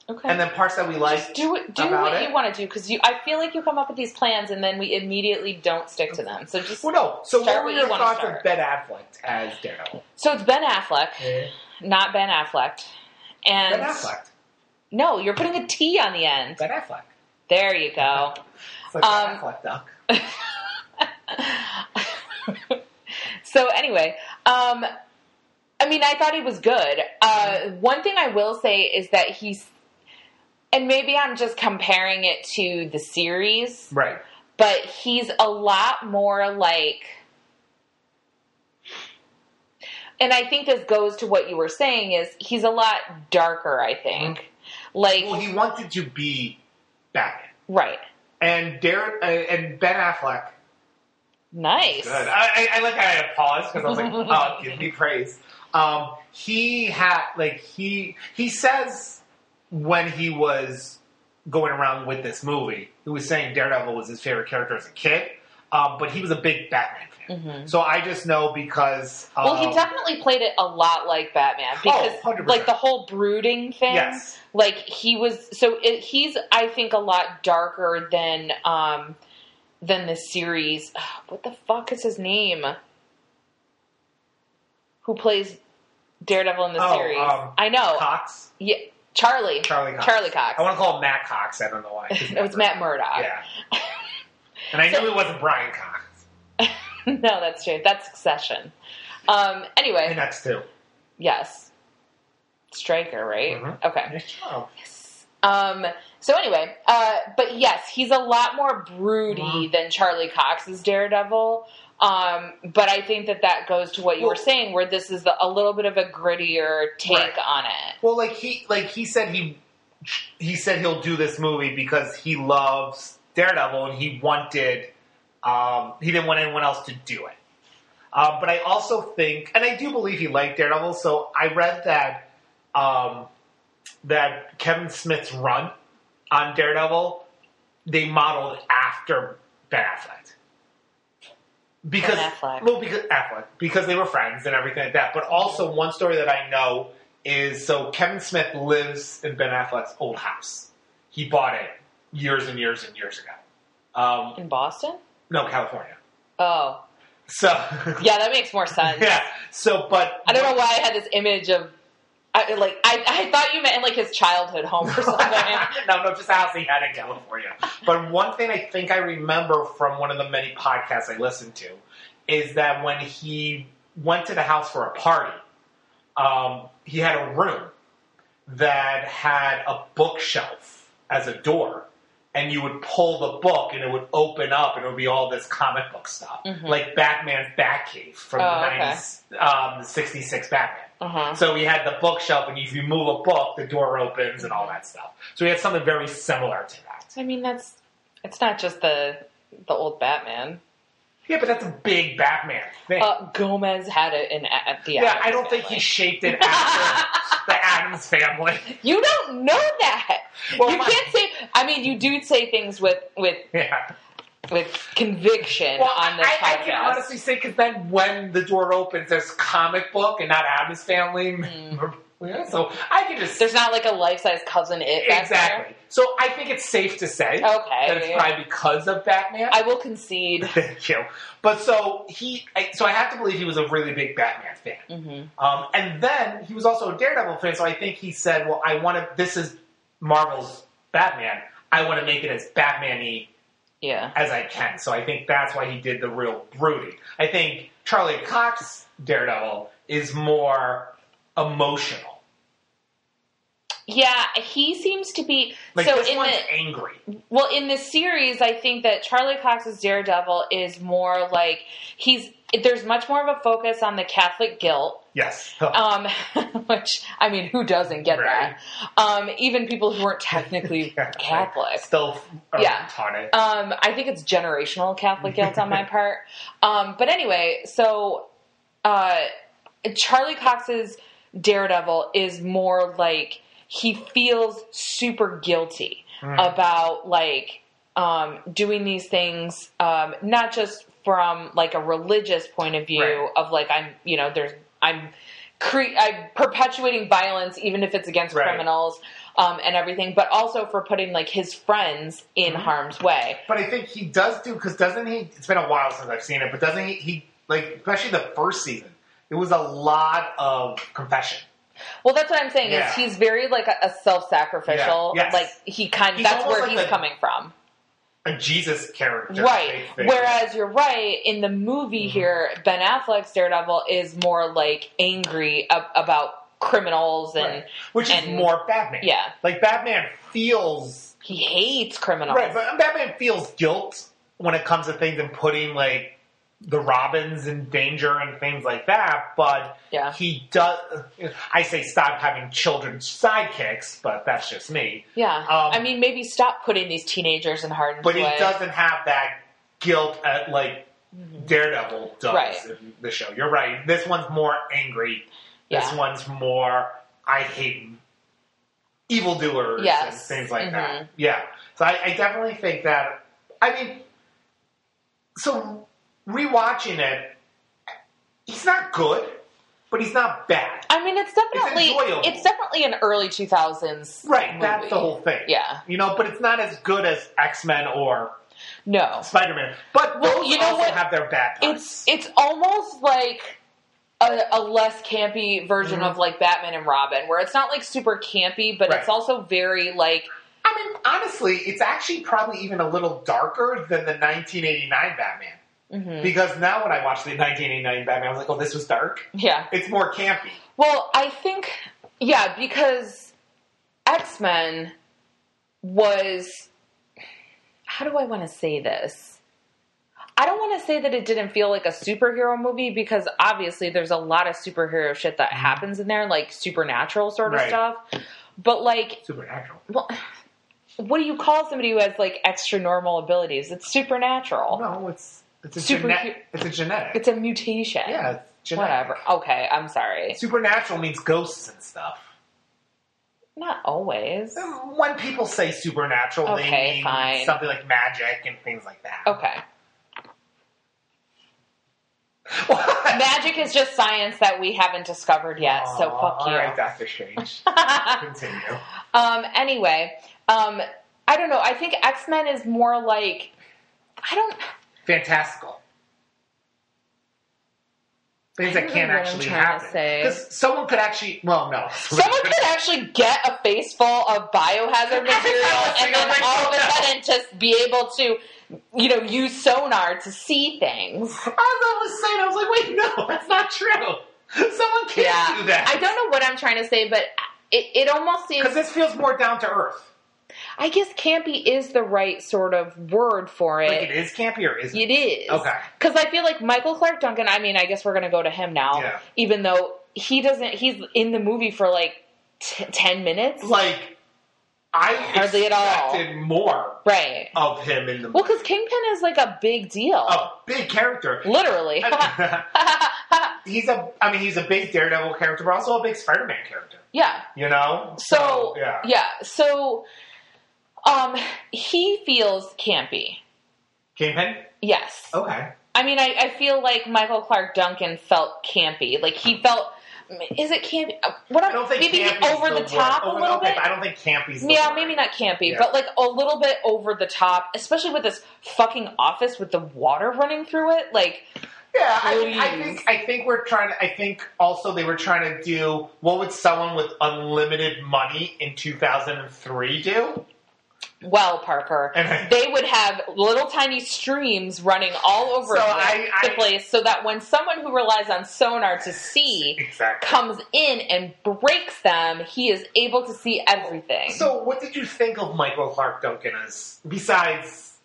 okay.
and then parts that we like.
do it- do
about
what
it.
you want to do because you. I feel like you come up with these plans and then we immediately don't stick to them. So just
Well, no. So
Start
what were
what you
your
wanna
thoughts
start.
of Ben Affleck as Daredevil?
so it's Ben Affleck, not Ben Affleck, and
Ben Affleck.
no, you're putting a T on the end.
Ben Affleck.
There you go.
It's like Ben
Um,
Affleck duck.
so anyway, um, I mean, I thought he was good. Uh, one thing I will say is that he's, and maybe I'm just comparing it to the series,
Right.
but he's a lot more like. And I think this goes to what you were saying is he's a lot darker. I think, like
Mm-hmm. Well, he wanted to be Batman,
right,
and Dare uh, and Ben Affleck.
nice,
Good. I, I, I like how I had a pause because I was like, oh, give me praise. Um, he had like he he says when he was going around with this movie, he was saying Daredevil was his favorite character as a kid, um, but he was a big Batman fan.
Mhm.
So I just know because um,
Well, he definitely played it a lot like Batman because,
Oh, 100%.
like the whole brooding thing.
Yes.
Like he was, so it, he's, I think, a lot darker than um than the series. What the fuck is his name? Who plays Daredevil in the
Oh,
series?
um,
I know,
Cox.
yeah, Charlie,
Charlie Cox.
Charlie Cox.
I want to call him Matt Cox. I don't know why.
it was Matt Murdock.
Yeah. And I knew it wasn't Brian Cox.
no, that's true. That's Succession. Um. Anyway,
And that's two.
yes. Striker, right?
Mhm.
Okay.
Oh.
Um, so anyway, uh, but yes, he's a lot more broody than Charlie Cox's Daredevil. Um, but I think that that goes to what you were
Well-
saying, where this is the, a little bit of a grittier take
Right.
on it.
Well, like he, like he said he, he said he'll do this movie because he loves Daredevil and he wanted, um, he didn't want anyone else to do it. Um, but I also think, and I do believe he liked Daredevil. So I read that, um, that Kevin Smith's run on Daredevil, they modeled after Ben Affleck. Because
Ben Affleck.
well, because Affleck, because they were friends and everything like that. But also, one story that I know is so Kevin Smith lives in Ben Affleck's old house. He bought it years and years and years ago. Um,
In Boston?
No, California.
Oh,
So
yeah, that makes more sense.
yeah. So, but
I don't know why I had this image of, I, like, I, I thought you meant like his childhood home or something.
no, no, just a house he had in California. But one thing I think I remember from one of the many podcasts I listened to is that when he went to the house for a party, um, he had a room that had a bookshelf as a door. And you would pull the book, and it would open up, and it would be all this comic book stuff, like Batman's Batcave from
Mm-hmm. Oh,
the
okay.
nineties, um, '66 Batman.
uh-huh.
So we had the bookshelf, and if you move a book, the door opens and all that stuff. So we had something very similar to that.
I mean, that's it's not just the the old Batman.
Yeah, but that's a big Batman thing.
Uh, Gomez had it in at the.
yeah,
Addams
I don't think
Family.
he shaped it after the Adams family.
You don't know that.
Well,
you
my-
can't say. I mean, you do say things with with
Yeah.
with conviction
Well,
on this
I, I
podcast.
can honestly say because then when the door opens, there's comic book and not Adams family. Yeah, so I can just
Hmm. There's not like a life size cousin. It back
exactly. So I think it's safe to say
there.
that it's
Okay.
probably because of Batman.
I will concede.
Thank you. But so he, I, so I have to believe he was a really big Batman fan.
Mhm.
Um, and then he was also a Daredevil fan, so I think he said, "Well, I want to. This is Marvel's Batman. I want to make it as Batman-y
Yeah.
as I can." So I think that's why he did the real brooding. I think Charlie Cox Daredevil is more emotional.
Yeah, he seems to be
Like
so
this
in
one's
the
angry.
Well, in this series, I think that Charlie Cox's Daredevil is more like he's there's much more of a focus on the Catholic guilt,
Yes.
um, which I mean, who doesn't get
Right.
that? Um, even people who weren't technically
Yeah, like,
Catholic.
Still.
Yeah.
Taught it.
Um, I think it's generational Catholic guilt on my part. Um, but anyway, so uh, Charlie Cox's Daredevil is more like he feels super guilty about like um, doing these things, um, not just from like a religious point of view
Right.
of like I'm, you know, there's I'm. Cre- I'm perpetuating violence, even if it's against
Right.
criminals um, and everything, but also for putting like his friends in
Mm-hmm.
harm's way.
But I think he does do because doesn't he? It's been a while since I've seen it, but doesn't he? He like especially the first season. It was a lot of confession.
Well, that's what I'm saying
Yeah.
is he's very like a, a self-sacrificial.
Yeah, yes.
Like he kind of
He's
that's
almost
where
like
he's
a-
coming from,
A Jesus character,
right?
they think.
Whereas you're right in the movie
Mm-hmm.
here, Ben Affleck's Daredevil is more like angry ab- about criminals and
Right. which is
and-
more Batman.
yeah,
like Batman feels
he hates criminals.
right, but Batman feels guilt when it comes to things and putting like the Robins in danger and things like that. But
Yeah.
he does. I say stop having children sidekicks, but that's just me.
yeah,
Um,
I mean, maybe stop putting these teenagers in harm's
But
way.
he doesn't have that guilt at like Daredevil does
Mm-hmm. Right.
in the show. You're right. This one's more angry. This
Yeah.
one's more I hate evildoers and
Yes.
things like
Mhm.
that. Yeah. So I, I definitely think that I mean so rewatching it, he's not good, but he's not bad.
I mean, it's definitely
enjoyable.
it's, definitely an early 2000s
Right,
movie.
that's the whole thing.
Yeah.
You know, but it's not as good as X Men or
no.
Spider Man. But
Well,
those
you know
also
what?
have their bad parts.
It's it's almost like a, a less campy version of like Batman and Robin, where it's not like super campy, but it's
Mm-hmm. Right.
also very like
I mean, honestly, it's actually probably even a little darker than the 1989 Batman. Because now when I watch the 1989 Batman, I was like, oh, this was dark.
yeah.
It's more campy.
Well, I think yeah because X Men was how do I want to say this? I don't want to say that it didn't feel like a superhero movie because obviously there's a lot of superhero shit that happens in there, like supernatural sort of
Mm-hmm. Right.
stuff. But like
Supernatural.
well, what do you call somebody who has like extra normal abilities? It's supernatural.
No, it's it's a,
Super-
gene- it's a genetic.
It's a mutation.
yeah, it's genetic.
Whatever. Okay, I'm sorry.
Supernatural means ghosts and stuff.
Not always.
When people say supernatural,
Okay,
they mean
fine.
something like magic and things like that.
Okay. Magic is just science that we haven't discovered yet, so
Aw,
fuck you.
All right, Doctor Strange. Continue.
Um, anyway, um, I don't know. I think X Men is more like I don't.
fantastical. Things
I
that
don't
can't
know what I'm
actually
trying to
happen.
say.
Because someone could actually, well, no.
Someone could actually get a face full of biohazard material and then all of a sudden just be able to, you know, use sonar to see things.
As I was saying, I was like, wait, no, that's not true. Someone can't
Yeah.
do that.
I don't know what I'm trying to say, but it, it almost seems.
Because this feels more down to earth.
I guess campy is the right sort of word for it.
Like it is campy or isn't it?
It is.
Okay.
Because I feel like Michael Clark Duncan, I mean, I guess we're going to go to him now,
Yeah.
even though he doesn't, he's in the movie for like t- 10 minutes.
Like, I
Hardly at all.
expected more
Right.
of him in the
Well,
movie.
because Kingpin is like a big deal.
a big character.
Literally.
he's a, I mean, he's a big Daredevil character, but also a big Spider-Man character.
yeah.
You know?
So,
Oh, yeah.
So, um, he feels campy.
Kingpin?
Yes.
Okay.
I mean, I, I feel like Michael Clark Duncan felt campy. Like he felt. Is it campy? What
I don't think
maybe
campy's
over the,
word.
top
Over
a
the-
little
okay,
bit.
but I don't think campy's the
Yeah,
word.
maybe not campy,
Yeah.
but like a little bit over the top, especially with this fucking office with the water running through it. Like,
Yeah, I, mean, I
Please.
think I think we're trying to. I think also they were trying to do what would someone with unlimited money in 2003 do?
well, Parker,
And-
they would have little tiny streams running all over
So
the,
I- I-
the place so that when someone who relies on sonar to see
Exactly.
comes in and breaks them, he is able to see everything.
So, what did you think of Michael Clark Duncan as besides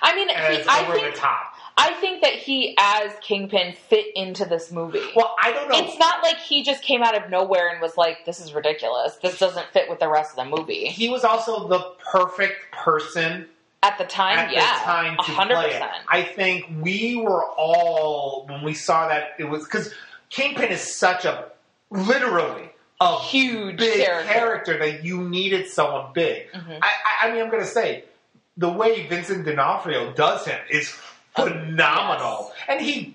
I mean, he-
as
I
over
think
the top?
I think that he as Kingpin fit into this movie.
Well, I don't know.
It's not like he just came out of nowhere and was like, "This is ridiculous. This doesn't fit with the rest of the movie."
he was also the perfect person
At the time,
at
yeah,
the time to play it. I think we were all when we saw that it was because Kingpin is such a literally a
Huge
big
character. Mm-hmm.
that you needed someone big. I, I, I mean, I'm gonna say the way Vincent D'Onofrio does him is phenomenal, and he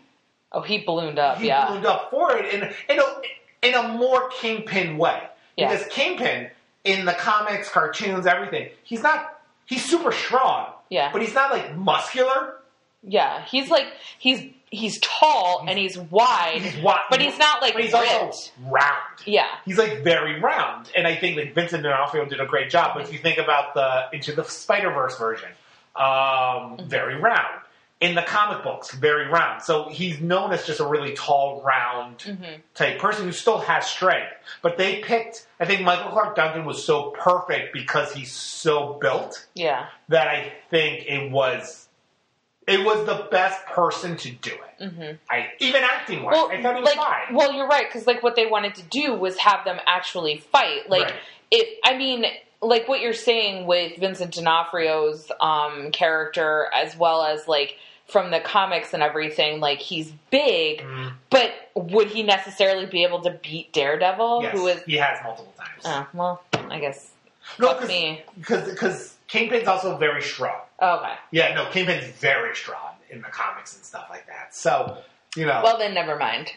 Oh, he ballooned up.
he
yeah,
loomed up for it in in a, in a more Kingpin way
Yeah.
because Kingpin in the comics, cartoons, everything, he's not he's super strong,
Yeah.
but he's not like muscular.
yeah. He's like he's he's tall and he's wide,
He's wi-
but he's not like
But he's
ripped.
also round.
yeah.
He's like very round, and I think that Vincent D'Onofrio did a great job. But if you think about the into the Spider Verse version,
Mm-hmm.
um, very round in the comic books, very round. So he's known as just a really tall, round
Mm-hmm.
type person who still has strength. But they picked. I think Michael Clark Duncan was so perfect because he's so built
Yeah,
that I think it was it was the best person to do it. Mm-hmm. I even acting wise,
well,
I thought he was
like,
fine.
well, you're right because like what they wanted to do was have them actually fight. Like
Right.
it, I mean, like what you're saying with Vincent D'Onofrio's um, character, as well as like from the comics and everything. Like he's big,
Mhm.
but would he necessarily be able to beat Daredevil,
Yes,
who is?
he has multiple times.
Oh, well, I guess.
no,
fuck me.
because because Kingpin's also very strong.
oh, Okay.
Yeah, no, Kingpin's very strong in the comics and stuff like that. So you know,
Well, then never mind.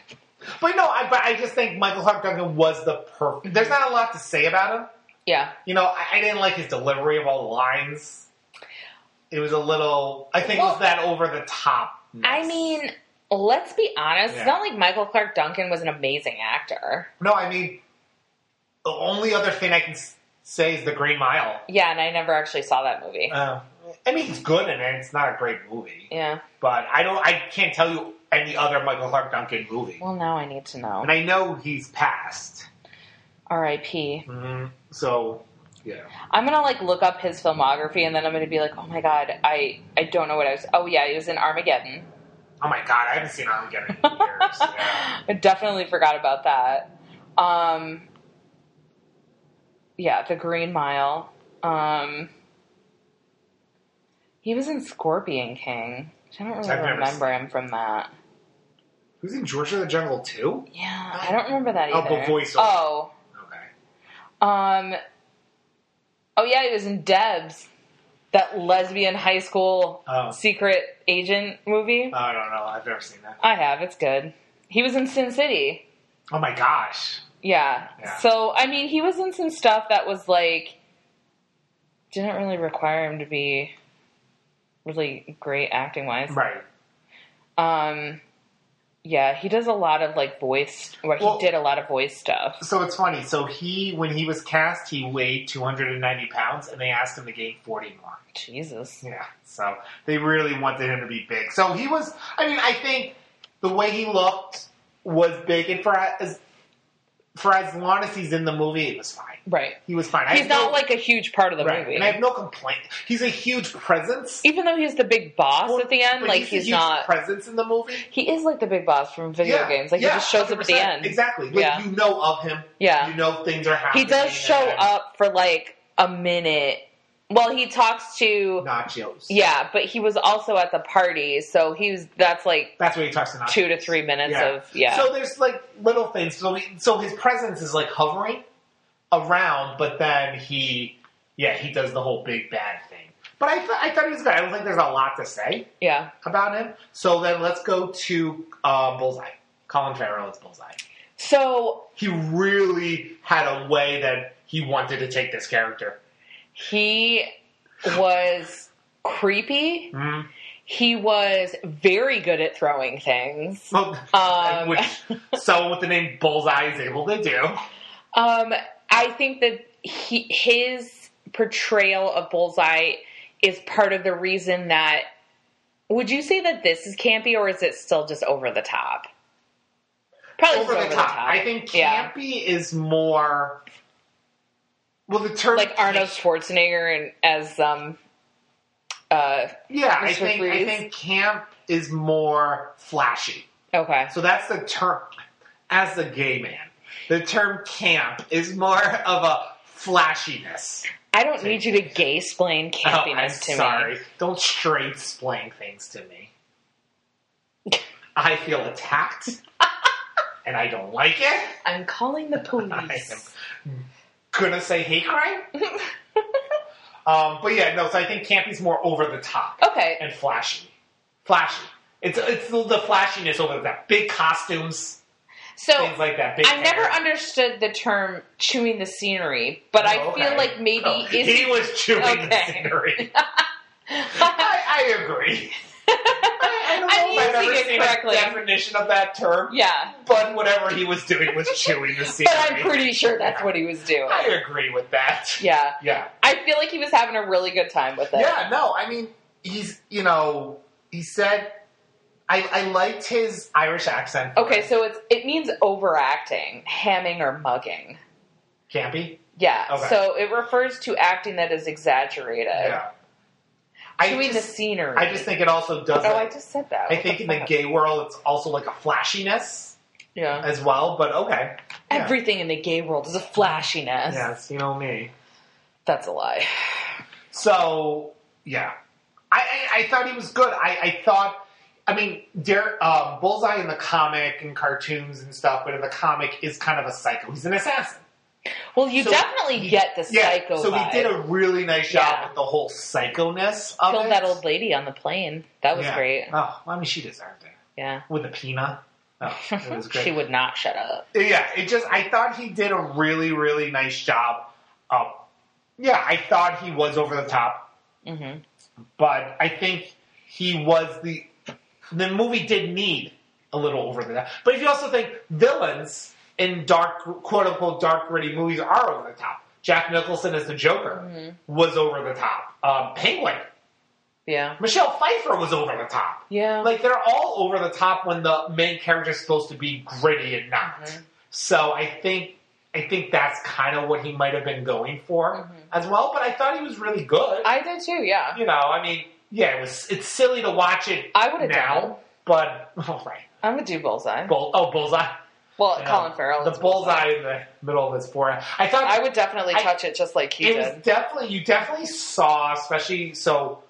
but no, I but I just think Michael Clark Duncan was the perfect. There's not a lot to say about him.
Yeah.
You know, I, I didn't like his delivery of all the lines. It was a little. I think it
Well-
was that over the top.
I mean, let's be honest.
Yeah.
It's not like Michael Clark Duncan was an amazing actor.
No, I mean, the only other thing I can s- say is The Green Mile.
Yeah, and I never actually saw that movie.
Uh, I mean, he's good in it. It's not a great movie,
yeah.
but I don't. I can't tell you any other Michael Clark Duncan movie.
Well, now I need to know.
And I know he's passed,
R.I.P.
mm, so yeah.
I'm gonna like look up his filmography, and then I'm gonna be like, oh my god, I I don't know what I was. Oh yeah, he was in Armageddon.
Oh my god, I haven't seen Armageddon in years. Yeah.
I definitely forgot about that. Um, yeah, The Green Mile. Um, he was in Scorpion King. I don't really
I've never
remember him from that.
Who's in George of the Jungle too?
Yeah, I don't remember that
Oh,
either.
but voiceover.
Oh,
Okay.
um, oh yeah, he was in Debs, that lesbian high school
Oh. Uh.
secret agent movie.
I don't know. I've never seen that.
I have. It's good. He was in Sin City.
Oh my gosh.
Yeah.
Yeah.
So I mean, he was in some stuff that was like didn't really require him to be really great acting wise.
Right.
Um, yeah, he does a lot of like voice. Well,
Well-
he did a lot of voice stuff.
So it's funny. So he, when he was cast, he weighed 290 pounds, and they asked him to gain 40 more.
Jesus.
Yeah. So they really wanted him to be big. So he was. I mean, I think the way he looked was big, and for as for as long as he's in the movie, it was fine.
Right.
He was fine. I
He's
have
not
no-
like a huge part of the
right,
movie.
and I have no complaint. He's a huge presence.
Even though he's the big boss
Well,
at the end,
but
like
a
he's,
huge
not.
presence in the movie.
he is like the big boss from video
Yeah,
games. Like
yeah,
he just shows up at the
100%.
end.
Exactly. Like,
Yeah.
You know of him.
Yeah.
You know things are
he
happening.
does show
and-
up for like a minute. Well, he talks to
Nachos.
yeah, but he was also at the party, so he was. That's like
That's what he talks to nachos.
two to three minutes
Yeah.
of yeah.
So there's like little things. So he, so his presence is like hovering around, but then he, yeah, he does the whole big bad thing. But I, th- I thought he was good. I don't think there's a lot to say
yeah.
about him. So then let's go to uh, Bullseye. Colin Farrell is Bullseye.
So
He really had a way that he wanted to take this character.
he was creepy.
Mhm.
He was very good at throwing things.
Well,
Um,
which someone with the name Bullseye is able to do.
Um, I think that he, his portrayal of Bullseye is part of the reason that. Would you say that this is campy, or is it still just over the top? Probably
over
just
the top. I think
yeah,
campy is more. Well, the term
like Arnold Schwarzenegger and as um, uh,
Yeah, I
Mr.
think I
Freeze.
think camp is more flashy.
okay,
So that's the term. As a gay man, the term camp is more of a flashiness.
I don't need you to gay splain
Oh, I'm
campiness to
sorry.
me.
Don't straight explain things to me. I feel attacked, and I don't like it.
I'm calling the
I
police.
am gonna say hate crime. um, but yeah, no. So I think campy's more over the top
okay,
and flashy, flashy. It's it's the, the flashiness over the top. Big costumes,
so
things like that. Big
I never
hair.
understood the term chewing the scenery, but I
Oh,
feel
okay.
like maybe
Oh,
is
he was chewing the
Okay.
scenery. I, I agree. I, I don't know
I'm
if I've
using
ever
it
seen
correctly.
a definition of that term,
yeah.
but whatever he was doing was chewing the scenery.
But I'm pretty sure that's what he was doing.
I agree with that.
Yeah.
yeah.
I feel like he was having a really good time with it.
Yeah, no, I mean, he's, you know, he said, I, I liked his Irish accent. for
Okay,
it.
so it's it means overacting, hamming or mugging.
Campy?
Yeah.
Okay.
So it refers to acting that is exaggerated.
Yeah.
Chewing
I
the
just,
scenery.
I just think it also does.
Oh,
it-
I just said that.
I
What
think
the
in the
fuck?
gay world, it's also like a flashiness
Yeah.
as well, but okay. Yeah.
Everything in the gay world is a flashiness.
Yes, you know me.
That's a lie.
So, yeah. I, I, I thought he was good. I, I thought, I mean, Dare, um, Bullseye in the comic and cartoons and stuff, but in the comic is kind of a psycho. He's an assassin.
Well, you
So
definitely
he-
get the psycho
So
vibe.
he did a really nice job
Yeah.
with the whole psychoness of
Killed
it.
that old lady on the plane. That was
Yeah.
great.
Oh, well, I mean, she deserved it
Yeah.
with a peanut. Oh, it was great.
she would not shut up.
yeah, it just I thought he did a really really nice job. Um, yeah, I thought he was over the top,
hmm
but I think he was the the movie did need a little over the top. But if you also think villains in dark quote unquote dark gritty movies are over the top. Jack Nicholson as the Joker was over the top. Um, Penguin
Yeah.
Michelle Pfeiffer was over the top.
Yeah.
Like they're all over the top when the main character is supposed to be gritty and not.
Mhm.
So I think I think that's kind of what he might have been going for as well. But I thought he was really good.
Mm-hmm. I did too, yeah.
you know, I mean, yeah, it was. It's silly to watch it
I would have
now,
done it.
but oh, right,
I would do Bullseye.
Bull, oh bullseye,
Well,
Yeah.
Colin Farrell.
the
is
bullseye in the middle of his forehead. I thought
I would definitely
I-
touch it just like he
it
did.
was definitely you definitely saw, especially so.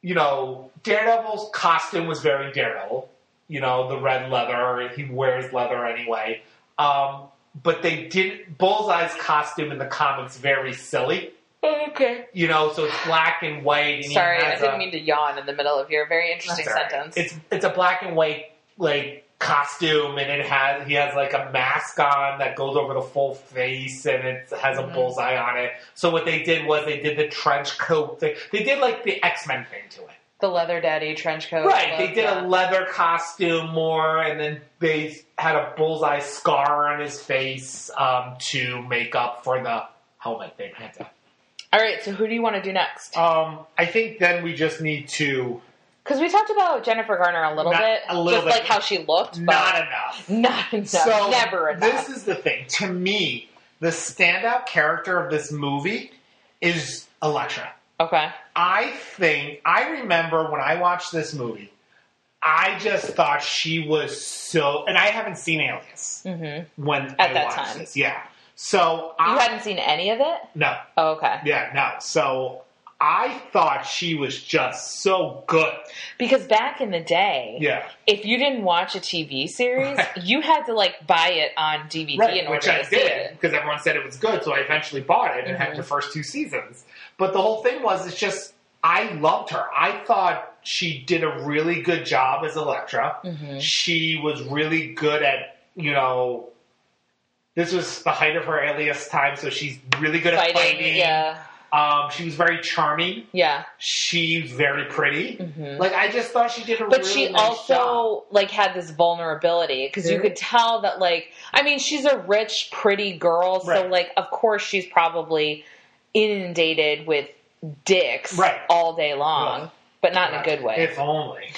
You know, Daredevil's costume was very Daredevil. You know, the red leather. He wears leather anyway. Um, but they did Bullseye's costume in the comics very silly.
okay.
You know, so it's black and white. And Oh, he
Sorry, I
has
didn't
a-
mean to yawn in the middle of your very interesting
That's all right.
sentence.
It's it's a black and white like costume, and it has he has like a mask on that goes over the full face, and it has a
Mhm.
bullseye on it. So what they did was they did the trench coat. Thing. They did like the X Men thing to it.
the leather daddy trench coat.
Right,
look,
they did
yeah.
a leather costume more, and then they had a bullseye scar on his face um, to make up for the helmet they had to.
All right, so who do you want to do next?
Um, I think then we just need to
Because we talked about Jennifer Garner a little
Not-
bit,
a little
just
bit.
like how she looked, but
not enough.
not enough,
So
never enough.
this is the thing. To me, the standout character of this movie is Elektra.
okay,
I think I remember when I watched this movie, I just thought she was so. And I haven't seen Alias when I
Mm-hmm. that
watched
time.
this. Yeah. So
you
I
hadn't seen any of it.
no.
Oh, okay,
Yeah, no. So I thought she was just so good.
because back in the day,
Yeah.
if you didn't watch a TV series, you had to like buy it on DVD in order
which
to
I
see
did
it. Mm-hmm.
because everyone said it was good, so I eventually bought it and had the first two seasons. But the whole thing was, it's just I loved her. I thought she did a really good job as Elektra.
Mm-hmm.
She was really good at you know. This was the height of her alias time, so she's really good
Fighting,
at fighting.
yeah,
Um, she was very charming.
yeah.
She's very pretty. Like I just thought she did a
Mm-hmm. But
really
she
nice
also
job.
like had this vulnerability because you
Mhm.
could tell that like I mean she's a rich, pretty girl, so
Right.
like of course she's probably inundated with dicks
Right.
all day long,
Right.
but not in a good way.
If only.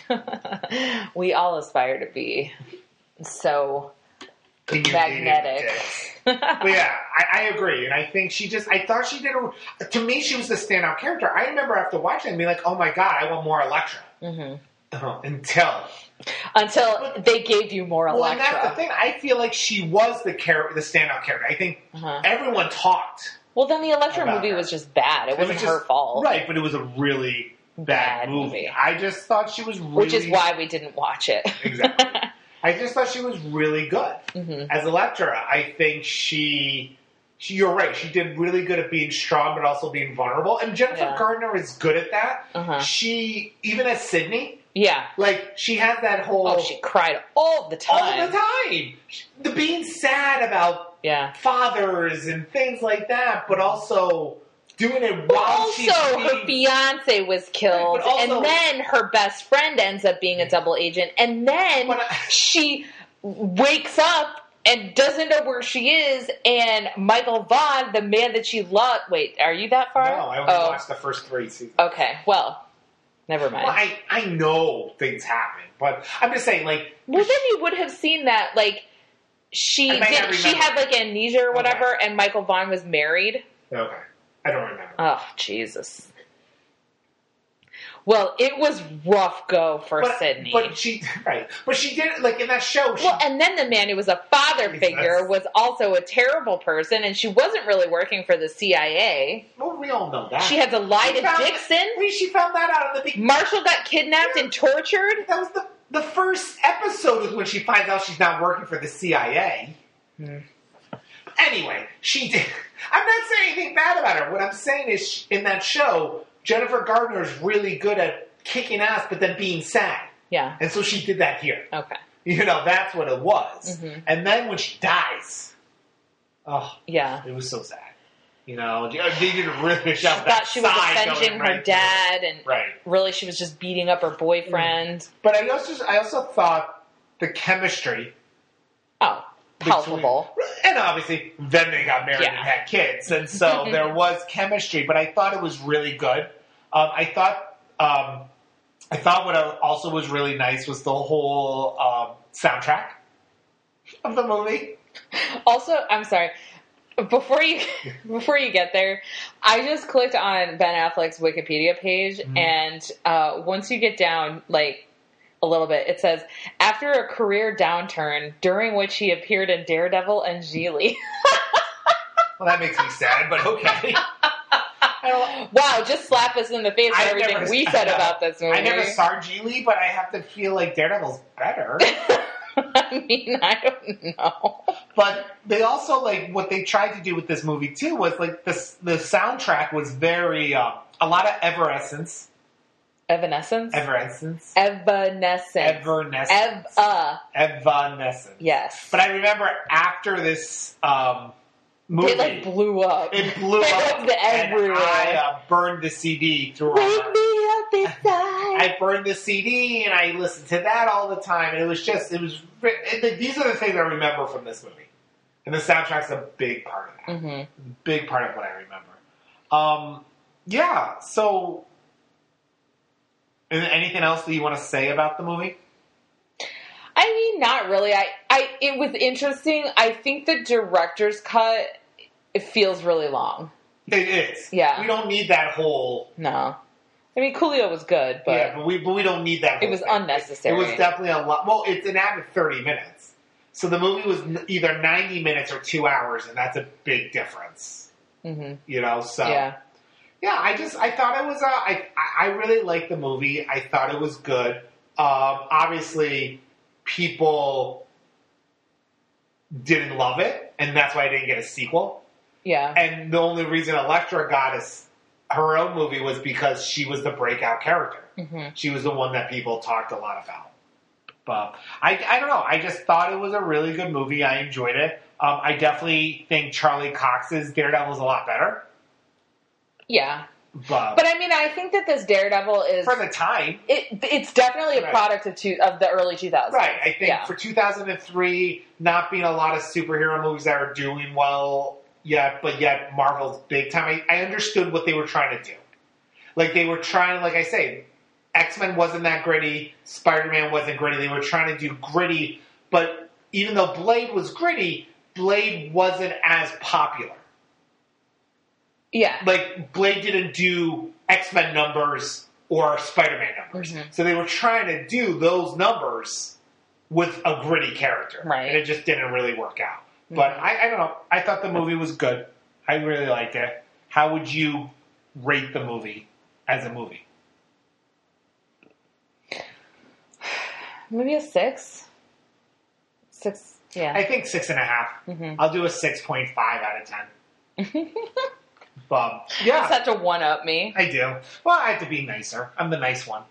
we all aspire to be so. Magnetic.
but yeah, I, I agree, and I think she just. I thought she did. A, to me, she was the standout character. I remember after watching, it being like, "Oh my god, I want more Elektra."
Mm-hmm.
Uh-huh, Until
Until they gave you more
well, and
Electra.
that's the thing. I feel like she was the character, the standout character. I think
Uh-huh.
everyone talked.
Well, then the Electra
About
movie
her.
was just bad. It
It was
wasn't
just-
her fault,
right? But it was a really bad,
Bad
movie.
movie.
I just thought she was, really,
which is why we didn't watch it.
exactly. I just thought she was really good
Mm-hmm.
as Elektra. I think she, she, you're right. She did really good at being strong, but also being vulnerable. And Jennifer
Yeah.
Gardner is good at that.
Uh-huh.
She even as Sydney,
yeah.
like she has that whole
Oh, she cried all the time.
all the time. The being sad about
Yeah.
fathers and things like that, but also doing it while she's
also, her
being-
fiance was killed,
But also-
and then her best friend ends up being a double agent, and then
But uh, I-
she wakes up and doesn't know where she is, and Michael Vaughn, the man that she loved. Wait, are you that
No,
far?
I only
oh.
watched the first three seasons.
Okay, well, never mind.
Well, I I know things happen, but I'm just saying, like
Well, then you would have seen that, like she
I may not
did, she
remember.
had like amnesia or whatever, and Michael Vaughn was married.
Okay. I don't remember.
Oh Jesus! Well, it was rough go for
but,
Sydney.
But she right. But she did like in that show she
well, and then the man who was a father figure
Jesus.
was also a terrible person, and she wasn't really working for the CIA.
well, we all know that.
She had to lie
She
to
found-
Dixon.
we- she found that out in the beginning.
Marshall got kidnapped and tortured.
That was the the first episode is when she finds out she's not working for the CIA.
Hmm.
Anyway, she did I'm not saying anything bad about her. What I'm saying is sh- in that show, Jennifer Gardner is really good at kicking ass but then being sad.
Yeah.
And so she did that here.
Okay.
You know, that's what it was.
Mm-hmm.
And then when she dies, oh,
Yeah.
It was so sad. You know, they did a really good
She
job.
thought she was avenging her dad, and
Right. Mm.
really she was just beating up her boyfriend.
But I also, I also thought the chemistry.
Oh, palpable.
between- and obviously, then they got married
Yeah.
and had kids. And so there was chemistry, but I thought it was really good. Um, I thought, um, I thought what also was really nice was the whole um, soundtrack of the movie.
Also, I'm sorry. Before you before you get there, I just clicked on Ben Affleck's Wikipedia page,
Mm.
and uh, once you get down like a little bit, it says after a career downturn during which he appeared in Daredevil and Geely.
Well, that makes me sad, but okay. I don't,
wow, just slap us in the face for
I
everything
never-
we said
I know.
about this movie.
I never saw Geely, but I have to feel like Daredevil's better.
I mean, I don't know.
but they also like what they tried to do with this movie too was like this the soundtrack was very um, a lot of Everessence,
Evanescence.
Everessence,
Evanescence.
Evernescence,
Ev. Uh.
Evanescence.
Yes.
But I remember after this um, movie,
it like blew up.
it blew
it
up,
was
and
everywhere.
I uh, burned the CD through.
Wake me up inside.
I burned the CD and I listened to that all the time. And it was just, it was, it, these are the things I remember from this movie. And the soundtrack's a big part of that.
Mhm.
Big part of what I remember. Um, yeah, so. Is there anything else that you want to say about the movie?
I mean, not really. I, I, it was interesting. I think the director's cut it feels really long.
It is.
Yeah.
We don't need that whole.
No, I mean Coolio was good, but
yeah, but we but we don't need that.
it
whole
was
thing.
unnecessary.
It was definitely a lot. Well, it's an added thirty minutes, so the movie was n- either ninety minutes or two hours, and that's a big difference.
Mhm.
You know, so
Yeah,
Yeah, I just I thought it was. Uh, I I I really liked the movie. I thought it was good. Um, obviously, people didn't love it, and that's why I didn't get a sequel.
yeah,
And the only reason Elektra got us her own movie was because she was the breakout character.
Mhm.
She was the one that people talked a lot about. But I, I don't know. I just thought it was a really good movie. I enjoyed it. Um, I definitely think Charlie Cox's Daredevil is a lot better.
yeah.
But,
But I mean, I think that this Daredevil is
for the time,
it, it's definitely a
Right.
product of two of the early 2000s.
right? I think
Yeah.
for 2003, not being a lot of superhero movies that are doing well yet, but yet Marvel's big time. I, I understood what they were trying to do. Like they were trying, like I say, X Men wasn't that gritty, Spider Man wasn't gritty. They were trying to do gritty, but even though Blade was gritty, Blade wasn't as popular.
Yeah,
Like Blade didn't do X Men numbers or Spider Man numbers,
Mhm.
so they were trying to do those numbers with a gritty character,
Right.
and it just didn't really work out. But I, I don't know. I thought the movie was good. I really liked it. How would you rate the movie as a movie?
maybe a six, six. Yeah,
I think six and a half.
Mhm.
I'll do a six point five out of ten. but yeah,
Just have to one up me.
I do. Well, I have to be nicer. I'm the nice one.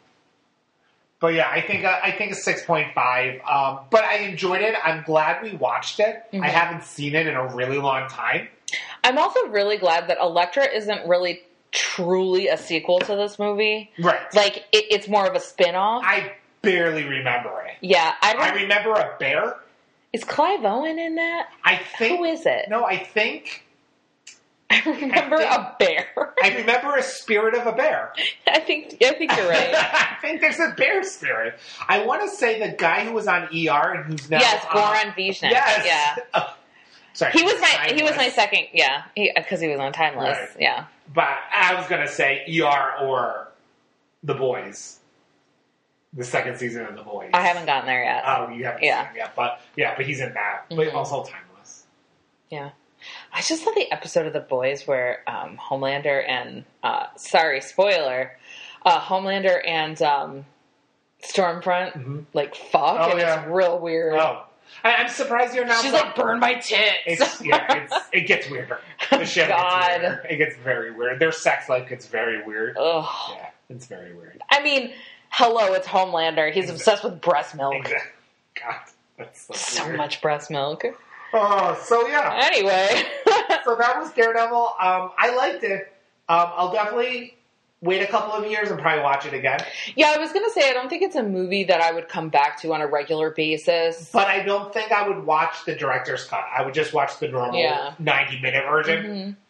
But yeah, I think uh, I think a six point five. Um, but I enjoyed it. I'm glad we watched it.
Mm-hmm.
I haven't seen it in a really long time.
I'm also really glad that Elektra isn't really truly a sequel to this movie.
Right.
Like it, it's more of a spin-off.
I barely remember it.
yeah, I don't.
I remember a bear.
is Clive Owen in that?
I think
Who is it?
no. I think
I remember a bear.
I remember a spirit of a bear.
I think I think you're right.
I think there's a bear spirit. I want to say the guy who was on ER and who's now
yes,
on-
Goran Vishnu.
Yes.
Yeah.
Oh, sorry.
He was my he was my
Timeless.
second. Yeah, because he, was on Timeless.
Right.
Yeah.
But I was gonna say ER or The Boys, the second season of The Boys.
I haven't gotten there yet.
Oh, you haven't
Yeah.
seen him yet, but yeah, but he's in that, but
Mhm.
also timeless.
Yeah. I just saw the episode of The Boys where um, Homelander and, uh, sorry, spoiler, uh, Homelander and um, Stormfront,
Mhm.
like, fuck.
Oh,
and
yeah.
It's real weird.
Oh, I, I'm surprised you're not.
She's like, burn my tits.
It's, yeah, it's, it gets weirder. The show
God.
gets weirder. It gets very weird. Their sex life gets very weird.
Ugh.
Yeah, it's very weird.
I mean, hello, it's Homelander. He's obsessed with breast milk.
Exactly. God, that's so,
So
weird.
much breast milk.
Oh, so yeah.
Anyway.
So that was Daredevil. Um, I liked it. Um, I'll definitely wait a couple of years and probably watch it again.
yeah, I was going to say, I don't think it's a movie that I would come back to on a regular basis.
But I don't think I would watch the director's cut. I would just watch the normal
Yeah.
90 minute version,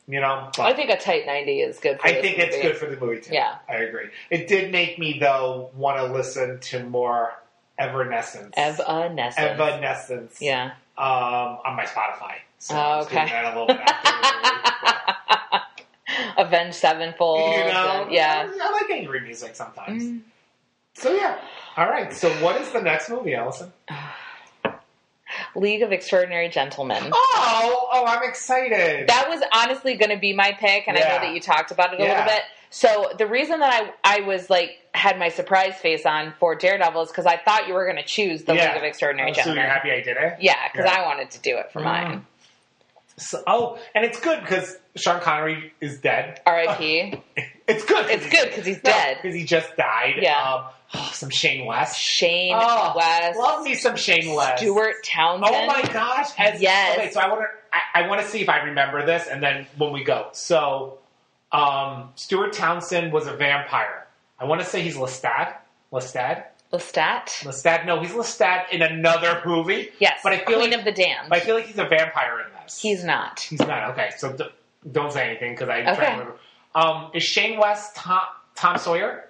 Mhm.
you know? But
I think a tight 90 is good for
Mm-hmm. I
this
think it's
movie.
good for the movie too.
Yeah.
I agree. It did make me, though, want to listen to more Evanescence.
Evanescence.
Evanescence.
Yeah.
Um, on my Spotify. So
Oh,
I was doing
okay.
that a little bit after the movie.
Avenged Sevenfold.
you know,
and- yeah.
I, I like angry music sometimes.
Mm.
So yeah. All right. So what is the next movie, Allison?
League of Extraordinary Gentlemen.
Oh, oh, I'm excited.
That was honestly going to be my pick, and I
Yeah.
know that you talked about it a
Yeah.
little bit. So the reason that I I was like had my surprise face on for Daredevil is because I thought you were going to choose the
Yeah.
League of Extraordinary
Oh, so
Gentlemen.
you're happy I did it?
yeah, because
Yeah.
I wanted to do it for
Mm.
mine.
So, oh, and it's good because Sean Connery is dead.
R.I.P.
It's good. 'cause
It's
he's-
good because he's dead.
because he just died.
Yeah.
Um, oh, some Shane West.
Shane
Oh,
West,
Love me some Shane West.
Stuart Townsend.
Oh my gosh! As,
Yes.
Okay, so I want to. I, I want to see if I remember this, and then when we go. So, um, Stuart Townsend was a vampire. I want to say he's Lestat. Lestat?
Lestat?
Lestat? No, he's Lestat in another movie.
Yes.
But I feel
Queen
like-
of the Damned.
But I feel like he's a vampire in this.
He's not.
He's not. Okay, so d- don't say anything because I
Okay.
try to remember. Um, is Shane West Tom, Tom Sawyer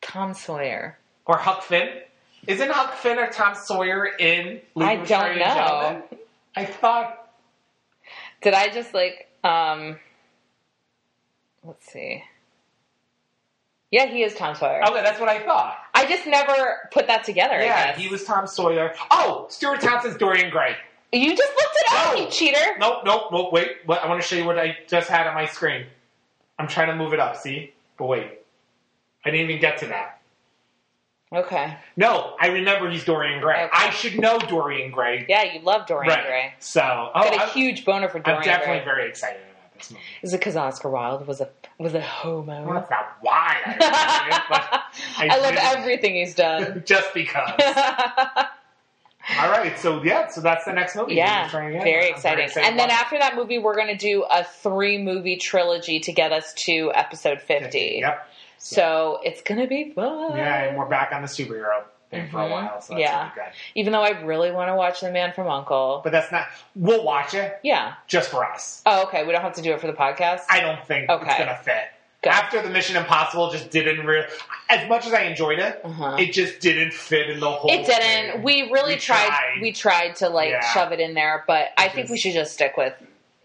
Tom Sawyer.
or Huck Finn? Isn't Huck Finn or Tom Sawyer in? League
I
of
don't
Extraordinary
know.
Gentlemen? I thought
Did I just like um let's see. Yeah, he is Tom Sawyer.
okay, that's what I thought.
I just never put that together. I
Yeah,
guess.
he was Tom Sawyer. Oh, Stuart Townsend's Dorian Gray.
You just looked it up,
No.
you cheater.
Nope, nope, nope. Wait, what, I want to show you what I just had on my screen. I'm trying to move it up. See, but wait, I didn't even get to that.
Okay.
No, I remember he's Dorian Gray.
Okay.
I should know Dorian Gray.
Yeah, you love Dorian
right.
Gray.
So, oh,
Got a
I'm-
huge boner for Dorian
I'm
Gray.
definitely very excited about this movie.
Is it because Oscar Wilde was a was a homo?
Well, that's not why I'm excited,
I,
I
love
did.
everything he's done.
but just because.
yeah,
All right, so yeah, so that's the next movie. We're trying again.
very
I'm
exciting.
excited
and then
about
after that movie, we're going to do a three movie trilogy to get us to episode
it.
50.
Yep.
So it's going to be fun.
Yeah, and we're back on the superhero thing for a
Mhm.
while, so that's
Yeah.
really good.
Even though I really want to watch The Man from Uncle.
But that's not. We'll watch it
yeah.
just for us.
Oh, okay. We don't have to do it for the podcast.
I don't think it's
Okay.
gonna fit.
Go.
After the Mission Impossible just didn't real. As much as I enjoyed it,
Uh-huh.
it just didn't fit in the whole.
It didn't.
thing.
We really
We
tried,
tried.
We tried to like
Yeah.
shove it in there, but I
It
think
just-
we should just stick with.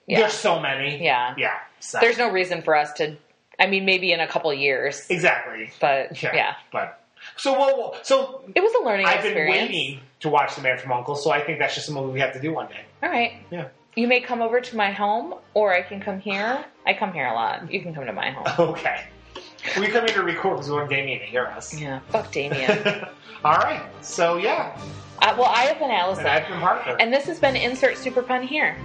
Yeah.
There's so many.
yeah.
Yeah. So.
There's no reason for us to. I mean, maybe in a couple years,
exactly.
but yeah.
Yeah. But so well. So
it was a learning
I've been
experience.
waiting to watch The Man from Uncle, so I think that's just a movie we have to do one day.
All right.
Yeah.
You may come over to my home, or I can come here. I come here a lot. You can come to my home.
Okay. We come here to record because we want Damien to hear us.
Yeah. Fuck Damien.
All right. So yeah,
uh, well, I have been Allison,
and I've been Parker.
and this has been Insert Super Pun here.